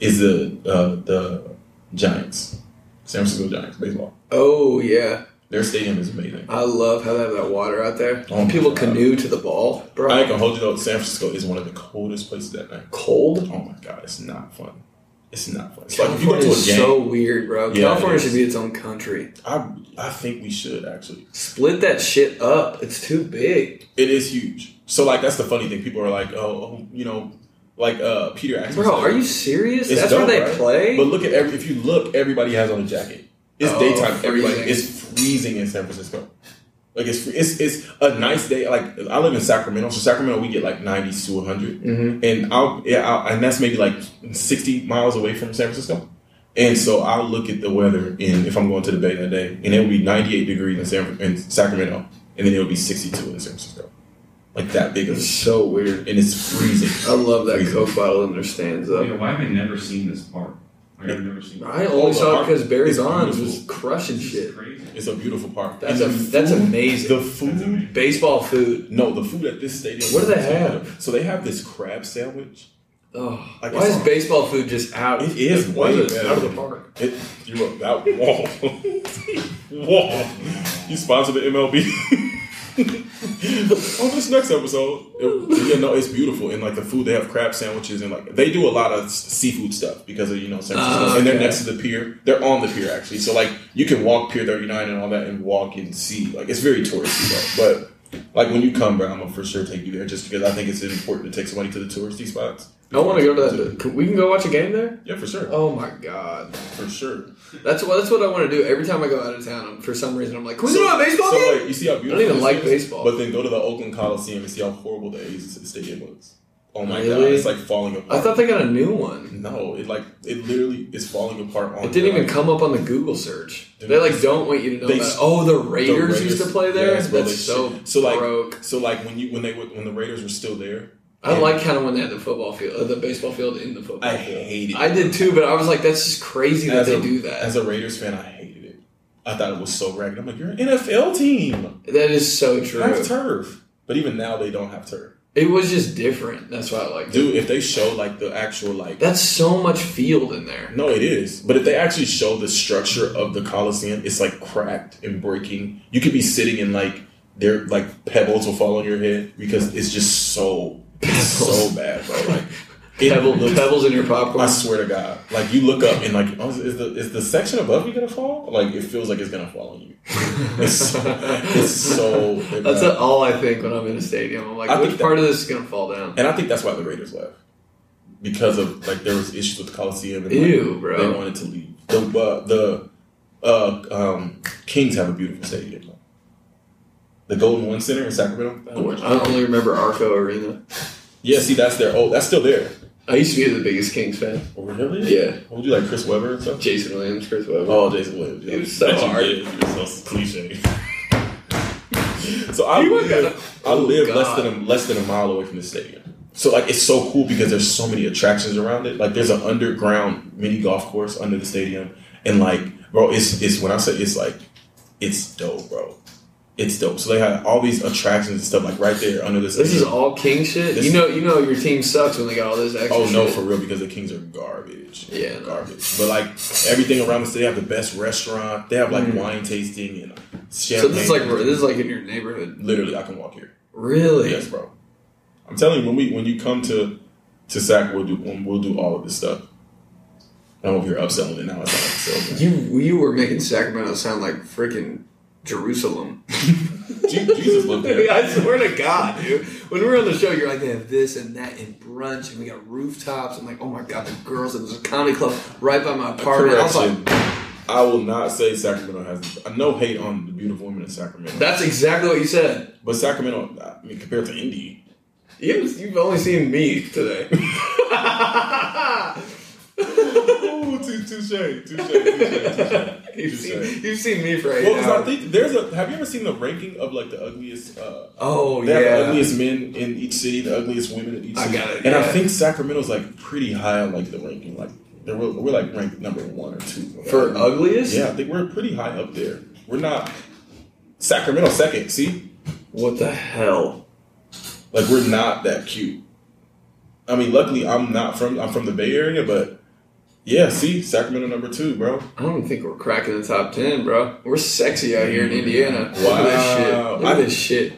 is the uh, the Giants, San Francisco Giants baseball. Oh, yeah. Their stadium is amazing. I love how they have that water out there. Oh, my People God. canoe to the ball. Bro, I ain't gonna hold you though. San Francisco is one of the coldest places that night. cold. Oh my god, it's not fun. It's not fun. It's like if you go California to a game. is so weird, bro. Yeah, it California is. should be its own country. I I think we should actually. Split that shit up. It's too big. It is huge. So like that's the funny thing. People are like, oh, oh, you know, like uh Peter Axel. Bro, are you serious? It's That's dope, where they right? play? But look at every. If you look, everybody has on a jacket. It's Oh, daytime. Everybody. freezing. It's freezing in San Francisco. Like it's free- it's it's a nice day. Like I live in Sacramento, so Sacramento we get like nineties to hundred, Mhm. and I'll yeah, I'll, and that's maybe like sixty miles away from San Francisco. And so I'll look at the weather, and if I'm going to the Bay that day, and it'll be 98 degrees in, San, in Sacramento, and then it'll be 62 in San Francisco, like that big of a It's so weird. and it's freezing. I love that Freezing. Coke bottle in their stands, though. Yeah, why have I never seen this park? Like, I've never seen. I only Oh, saw it because Barry it's Bonds was beautiful. crushing This is shit. crazy. It's a beautiful park. That's a, And the that's food- amazing. The food That's amazing. Baseball food. No, the food at this stadium. What do they have? So they have this crab sandwich. Oh, Like why it's- is baseball food just out? It is Like, why way is it better. out of the park? It you up that wall, wall. You sponsor the MLB. On this next episode, it, yeah, no, it's beautiful and like the food they have crab sandwiches and like they do a lot of s- seafood stuff because of you know San Francisco Ah, and they're okay. next to the pier. They're on the pier actually, so like you can walk Pier Thirty Nine and all that and walk and see. Like it's very touristy, though, but Like when you come, bro, I'm gonna for sure take you there just because I think it's important to take somebody to the touristy spots. I want to go to that. Can, we can go watch a game there. Yeah, for sure, Oh my god, for sure. that's what that's what I want to do every time I go out of town. I'm, for some reason, I'm like, can we go to a baseball So game? like, you see how beautiful. even this like is, baseball. but then go to the Oakland Coliseum and see how horrible the A's stadium looks. Oh my god, Really? it's like falling apart. I thought they got a new one. no, it like it literally is falling apart. On It didn't the, even like, come up on the Google search. Dude, they like don't want you to know they- that. Oh, the the Raiders, used to play there. Yes, bro, That's they- so so like broke. so like when you when they were when the Raiders were still there. I like kind of when they had the football field, uh, the baseball field in the football I field. hated. I it. did too, but I was like, that's just crazy that As they a- do that. As a Raiders fan, I hated it. I thought it was so ragged. I'm like, you're an NFL team. That is so true. Have turf. But even now, they don't have turf. It was just different. That's why I liked it. Dude, if they show like the actual like, That's so much field in there. no, it is. But if they actually show the structure of the Coliseum, it's like cracked and breaking. You could be sitting in like their like pebbles will fall on your head because it's just so it's so bad, bro. Like it Pebble, looks- pebbles in your popcorn. I swear to God, like you look up and like, oh, is- is the is the section above me gonna fall? Like it feels like it's gonna fall on you. It's, it's so. That's all I think when I'm in a stadium. I'm like, I which think that- part of this is gonna fall down? and I think that's why the Raiders left because of like there was issues with the Coliseum. And, like, Ew, bro. They wanted to leave. The uh, the uh, um, Kings have a beautiful stadium. The Golden One Center in Sacramento. I only remember Arco Arena. Yeah, see, that's their old. That's still there. I used to be the biggest Kings fan. Really? Yeah, Would you like Chris Webber or something? Jason Williams, Chris Webber. Oh, Jason Williams. It was so That you hard. did. You were so cliche. so I You were gonna- live, I Oh, live less God. than a, less than a mile away from the stadium. So like it's so cool because there's so many attractions around it. Like there's an underground mini golf course under the stadium, and like bro, it's it's when I say it's like it's dope, bro. It's dope. So they had all these attractions and stuff like right there under the This stadium. is all king shit. This- you know, you know your team sucks when they got all this extra. Oh no, shit. for real, because the Kings are garbage. Yeah, no. garbage. But like everything around us, they have the best restaurant. They have like wine tasting and Mm. champagne. so this is like this is like in your neighborhood. literally, I can walk here. Really? Yes, bro. I'm telling you, when we when you come to to Sac, we'll do we'll do all of this stuff. I'm over here upselling it now. It's not upselling. You you were making Sacramento sound like freaking Jerusalem. Je- Jesus looked at it. I swear to God, dude. When we were on the show, you're like, they have this and that and brunch, and we got rooftops. I'm like, oh my God, the girls, and there's a comedy club right by my apartment. I was like, Correction. I will not say Sacramento has no hate on the beautiful women in Sacramento, that's exactly what you said. but Sacramento, I mean, compared to Indy, You, you've only seen me today. Ooh, tou- touche, touche, touche, touche. you've, seen, Touche. you've seen me for eight Well, 'cause I hours. think there's a. Have you ever seen the ranking of like the ugliest? Uh, oh, they have the yeah. ugliest men in each city, the ugliest women in each I city. got it, And I yeah. think Sacramento's like pretty high on like the ranking. Like they're, we're, we're like ranked number one or two Um, For ugliest? Yeah, I think we're pretty high up there. We're not Sacramento second. See, What the hell? like we're not that cute. I mean, luckily I'm not from. I'm from the Bay Area, but yeah. See, Sacramento number two, bro. I don't think we're cracking the top ten, bro. We're sexy out here in Indiana. Look at this shit. Wow. Look at this shit.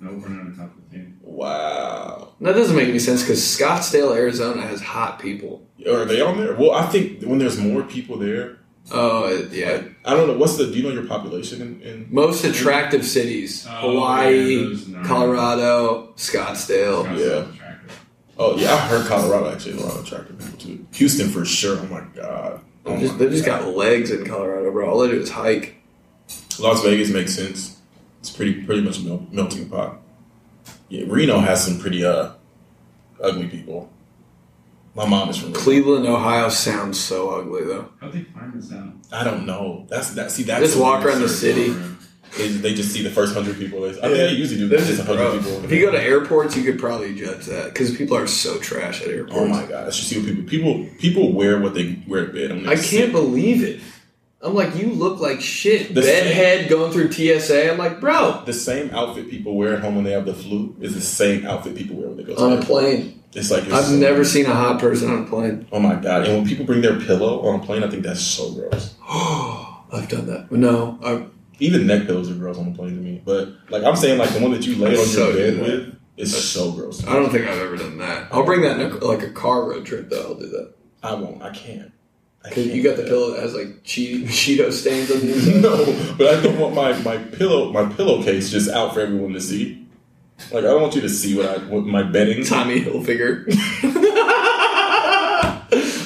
No, we're not on top of the team. Wow. That doesn't make any sense because Scottsdale, Arizona has hot people. Are they on there? Well, I think when there's more people there, Oh it- yeah, like, I don't know. What's the? Do you know your population in? in most attractive cities: Oh, yeah, Hawaii, those are- Colorado, Scottsdale. Scott's yeah. attractive. oh yeah, I heard Colorado actually has a lot of attractive people too. Houston for sure. Oh my god. Oh, They just, my they just God. got legs in Colorado, bro. All they do is hike. Las Vegas makes sense. It's pretty pretty much mel- melting pot. Yeah, Reno has some pretty uh ugly people. My mom is from Reno. Cleveland, Ohio sounds so ugly though. How'd they find this out? I don't know. That's that. See, that's Just a walk weird around the search. city. They, they just see the first hundred people. I think Yeah. they usually do They're this. just Just hundred gross. people. If you go to airports, you could probably judge that because people are so trash at airports. Oh my gosh! You see what people people people wear what they wear to bed. I'm I like, can't believe it. I'm like, you look like shit. The Bedhead going through TSA. I'm like, bro. The same outfit people wear at home when they have the flu is the same outfit people wear when they go to On a bed. plane. It's like it's I've so- never seen a hot person on a plane. Oh my god! And when people bring their pillow on a plane, I think that's so gross. I've done that. No, I, Even neck pillows are gross on a plane to me. But like I'm saying, like the one that you lay I on so your bed do that. with is so gross. I don't think I've ever done that. I'll bring that in a, like a car road trip, though. I'll do that. I won't. I can't. I 'Cause you got the pillow that has like che- Cheeto stains on the inside. No, but I don't want my, my pillow my pillowcase just out for everyone to see. Like I don't want you to see what I what my bedding. Tommy Hilfiger.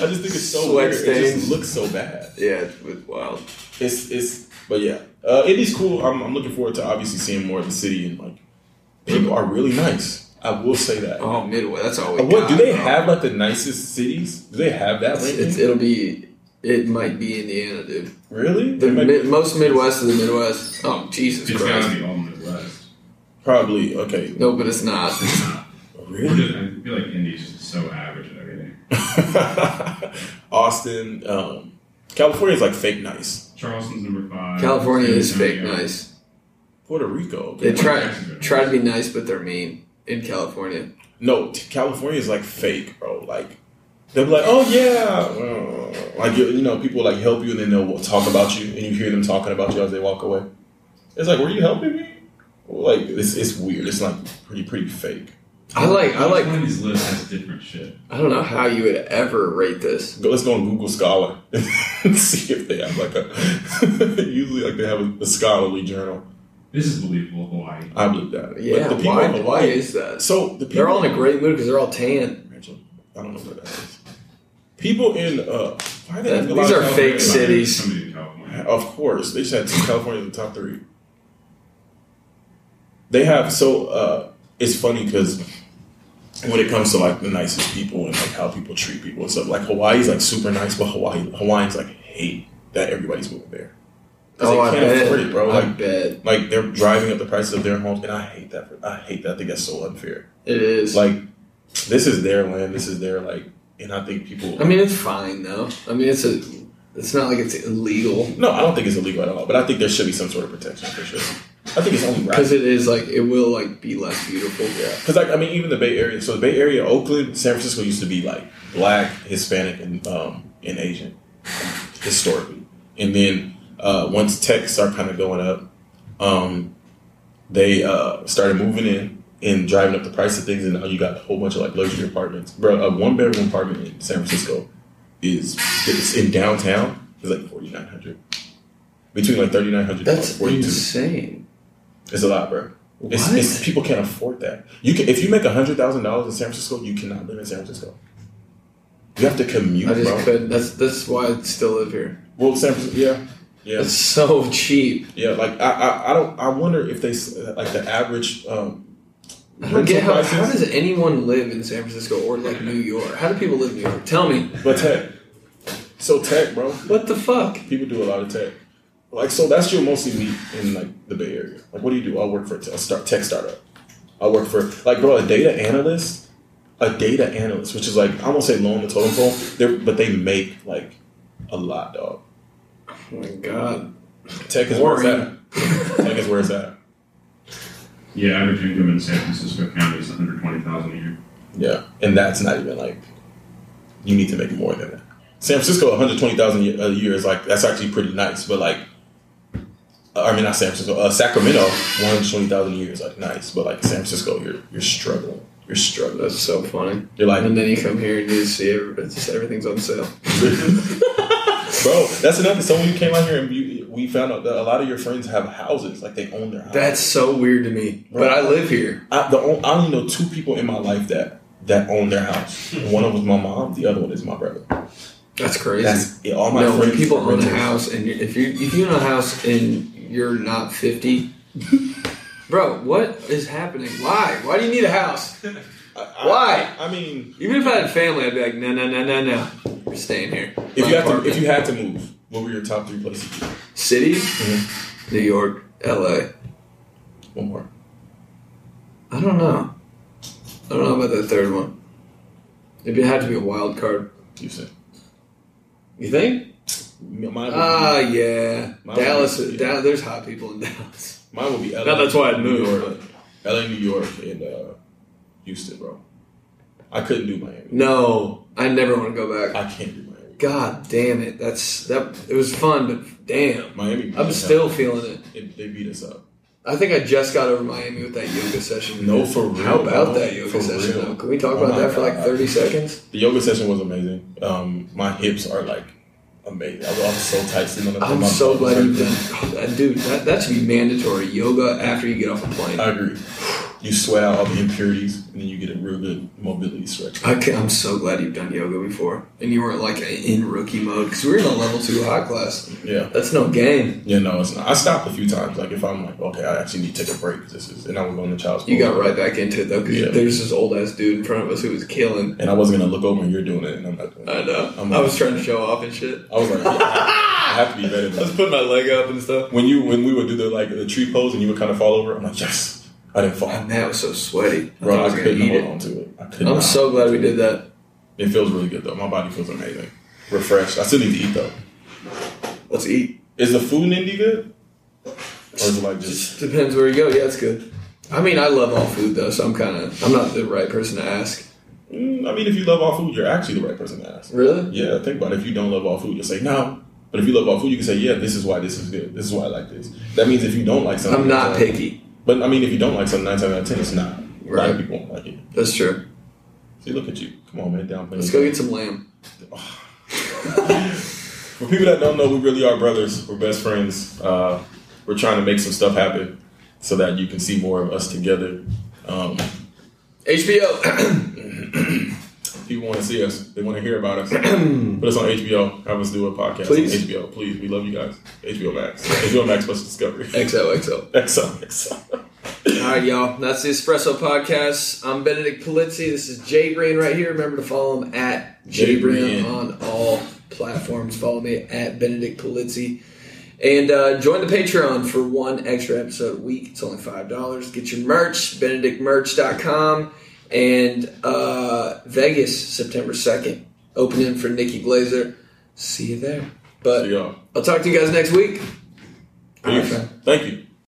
I just think it's so Sweat weird. It just stains. looks so bad. Yeah, it was wild. It's it's but yeah, uh, Indy's cool. I'm, I'm looking forward to obviously seeing more of the city and like people are really nice. I will say that. oh, Midway. That's all we Uh, what got, do they bro. have like the nicest cities? Do they have that? It's, ranking? it's, it'll be. It might be Indiana, dude. really? The They might- mid, most Midwest of the Midwest. Oh Jesus It's gotta Christ! be all Midwest. probably okay. No, but it's not. It's not. We're Really? just, I feel like Indy's just so average at everything. Austin, um, California is like fake nice. Charleston's number five. California is San fake Antonio. nice. Puerto Rico. They okay. try try to be nice, but they're mean in California. No, t- California is like fake, bro. Like they'll be like, oh yeah, well," like you, you know, people like help you, and then they'll talk about you, and you hear them talking about you as they walk away. It's like, were you helping me? Like it's it's weird. It's like pretty pretty fake. I like I like Each one of these lists has different shit. I don't know how you would ever rate this. Go, let's go on Google Scholar and see if they have like a. usually, like they have a, a scholarly journal. This is believable, Hawaii. I believe that. But Yeah, the people why, in Hawaii- why is that? So the people They're all in a great mood because they're all tan. Rachel, I don't know what that is. People in uh, why are they That- having a these lot of are California- fake cities. Somebody in California. Of course, they just had two California in the top three. They have so uh, it's funny because when it comes to like the nicest people and like how people treat people and stuff, like Hawaii's like super nice, but Hawaii Hawaiians like hate that everybody's moving there. 'Cause they can't afford it, bro. Oh, I Like, bet like they're driving up the prices of their homes, and I hate that. For, I hate that. I think that's so unfair. it is. Like this is their land. This is their like, and I think people. I mean, it's fine though. I mean, it's a. It's not like it's illegal. No, I don't think it's illegal at all, but I think there should be some sort of protection for sure. I think it's only right. because it is like it will like be less beautiful. Yeah. Because like I mean, even the Bay Area. So the Bay Area, Oakland, San Francisco used to be like black, Hispanic, and um, and Asian historically. And then uh, once tech started kind of going up, um, they uh, started moving in and driving up the price of things. And now you got a whole bunch of like luxury apartments. Bro, a one bedroom apartment in San Francisco is it's in downtown is like forty nine hundred. Between like thirty nine hundred and That's forty two. insane. It's a lot, bro. It's, What? it's people can't afford that. You can if you make hundred thousand dollars in San Francisco, you cannot live in San Francisco. You have to commute, I just bro. couldn't. That's that's why I still live here. Well, San Francisco, yeah, yeah, It's so cheap. yeah. Like I, I, I don't. I wonder if they s- like the average. Um, I don't get how, rental how prices- does anyone live in San Francisco or like New York? How do people live in New York? Tell me. but tech. So tech, bro. What the fuck? People do a lot of tech. Like so, that's you mostly meet in like the Bay Area. Like, what do you do? I work for a te- a start tech startup. I work for like bro, a data analyst, a data analyst, which is like I won't say low on the totem pole, they're, but they make like a lot, dog. Oh my god. Tech is where Boring. it's at. tech is where it's at. Yeah, average income in San Francisco County is 120000 a year. Yeah, and that's not even like you need to make more than that. San Francisco, one hundred twenty thousand a year is like that's actually pretty nice, but like. I mean, not San Francisco. Uh, Sacramento, one hundred twenty thousand a year is like nice, but like San Francisco, you're you're struggling. You're struggling. That's so funny. You're like, And then you come here and you just see every, just everything's on sale. bro, that's another. So when you came out here and you, we found out that a lot of your friends have houses, like they own their house. That's so weird to me. But I live here. I, the on- I only know two people in my life that that own their house. One of them is my mom. The other one is my brother. That's crazy. That's yeah, all my no, when friends. people are own a renters. house and you if you if you own a house and you're not fifty, bro, what is happening? Why? Why do you need a house? I- I- Why? I mean, Even if I had a family, I'd be like, no, no, no, no, no, you're staying here. If My you have to, apartment. if you had to move, what were your top three places? cities, Mm-hmm. New York, L.A. One more. I don't know. I don't know about that third one. It'd be- have to be a wild card. Houston. You think? Mine would, Ah, yeah. My Dallas. would be- Da- there's hot people in Dallas. be, mine would be LA. Now that's why I'd New move, York, LA, New York, and uh, Houston, bro. I couldn't do Miami. No, I never want to go back. I can't do Miami. God damn it. That's that it was fun, but damn. Miami. beat I'm us still Up. feeling it. It, they beat us up. I think I just got over Miami with that yoga session. No, for real. How about bro. that yoga For session? real. though? Can we talk Oh about my that for like God. 30 seconds? The yoga session was amazing. Um, my hips are like amazing. I was so tight sitting on the I'm my- so glad you done, oh, dude. That, that should be mandatory yoga after you get off a plane. I agree. You sweat out all the impurities, and then you get a real good mobility stretch. I can, I'm so glad you've done yoga before, and you weren't like in rookie mode because we were in a level two high class. Yeah, That's no game. yeah, no, it's not. I stopped a few times. Like if I'm like, okay, I actually need to take a break. 'cause This is, and I was on the child's. You pose. got right back into it though because Yeah. there's this old ass dude in front of us who was killing. and I wasn't gonna look over, and you're doing it, and I'm not doing I it. know. I'm i was trying to show off and shit. I was like, yeah, I have to be I better. was Than putting my leg up and stuff. when you when we would do the like the tree pose, and you would kind of fall over. I'm like, yes, I didn't fall, And that was so sweaty. bro. I, I, was gonna couldn't eat hold it. on to it. I could I'm not. so glad we did that. It feels really good though. My body feels amazing, refreshed. I still need to eat though. Let's eat. Is the food in Indy good? Or is it like just Just depends where you go. Yeah, it's good. I mean, I love all food though, so I'm kind of I'm not the right person to ask. Mm, I mean, if you love all food, you're actually the right person to ask. Really? Yeah, think about it. If you don't love all food, you'll say no. But if you love all food, you can say, yeah, this is why this is good. This is why I like this. That means if you don't like something, I'm not uh, picky. But I mean, if you don't like something, nine times out of ten, it's not. A lot Right. of people won't like it. That's true. See, look at you. Come on, man, downplay. Let's go get some lamb. For people that don't know, we really are brothers. We're best friends. Uh, we're trying to make some stuff happen so that you can see more of us together. Um, HBO. people want to see us. They want to hear about us. Put us on HBO. Have us do a podcast Please. on HBO. Please, we love you guys. HBO Max. HBO Max plus Discovery. XOXO. XO. XO. All right, y'all. That's the Espresso Podcast. I'm Benedict Polizzi. This is Jay Green right here. Remember to follow him at Jay Jay Green Green. on all platforms. Follow me at Benedict Polizzi. And uh, join the Patreon for one extra episode a week. It's only $5. Get your merch, benedictmerch.com. And uh, Vegas, September 2nd. Opening for Nikki Glazer. See you there. But Y'all. I'll talk to you guys next week. All right, Peace. man. Thank you.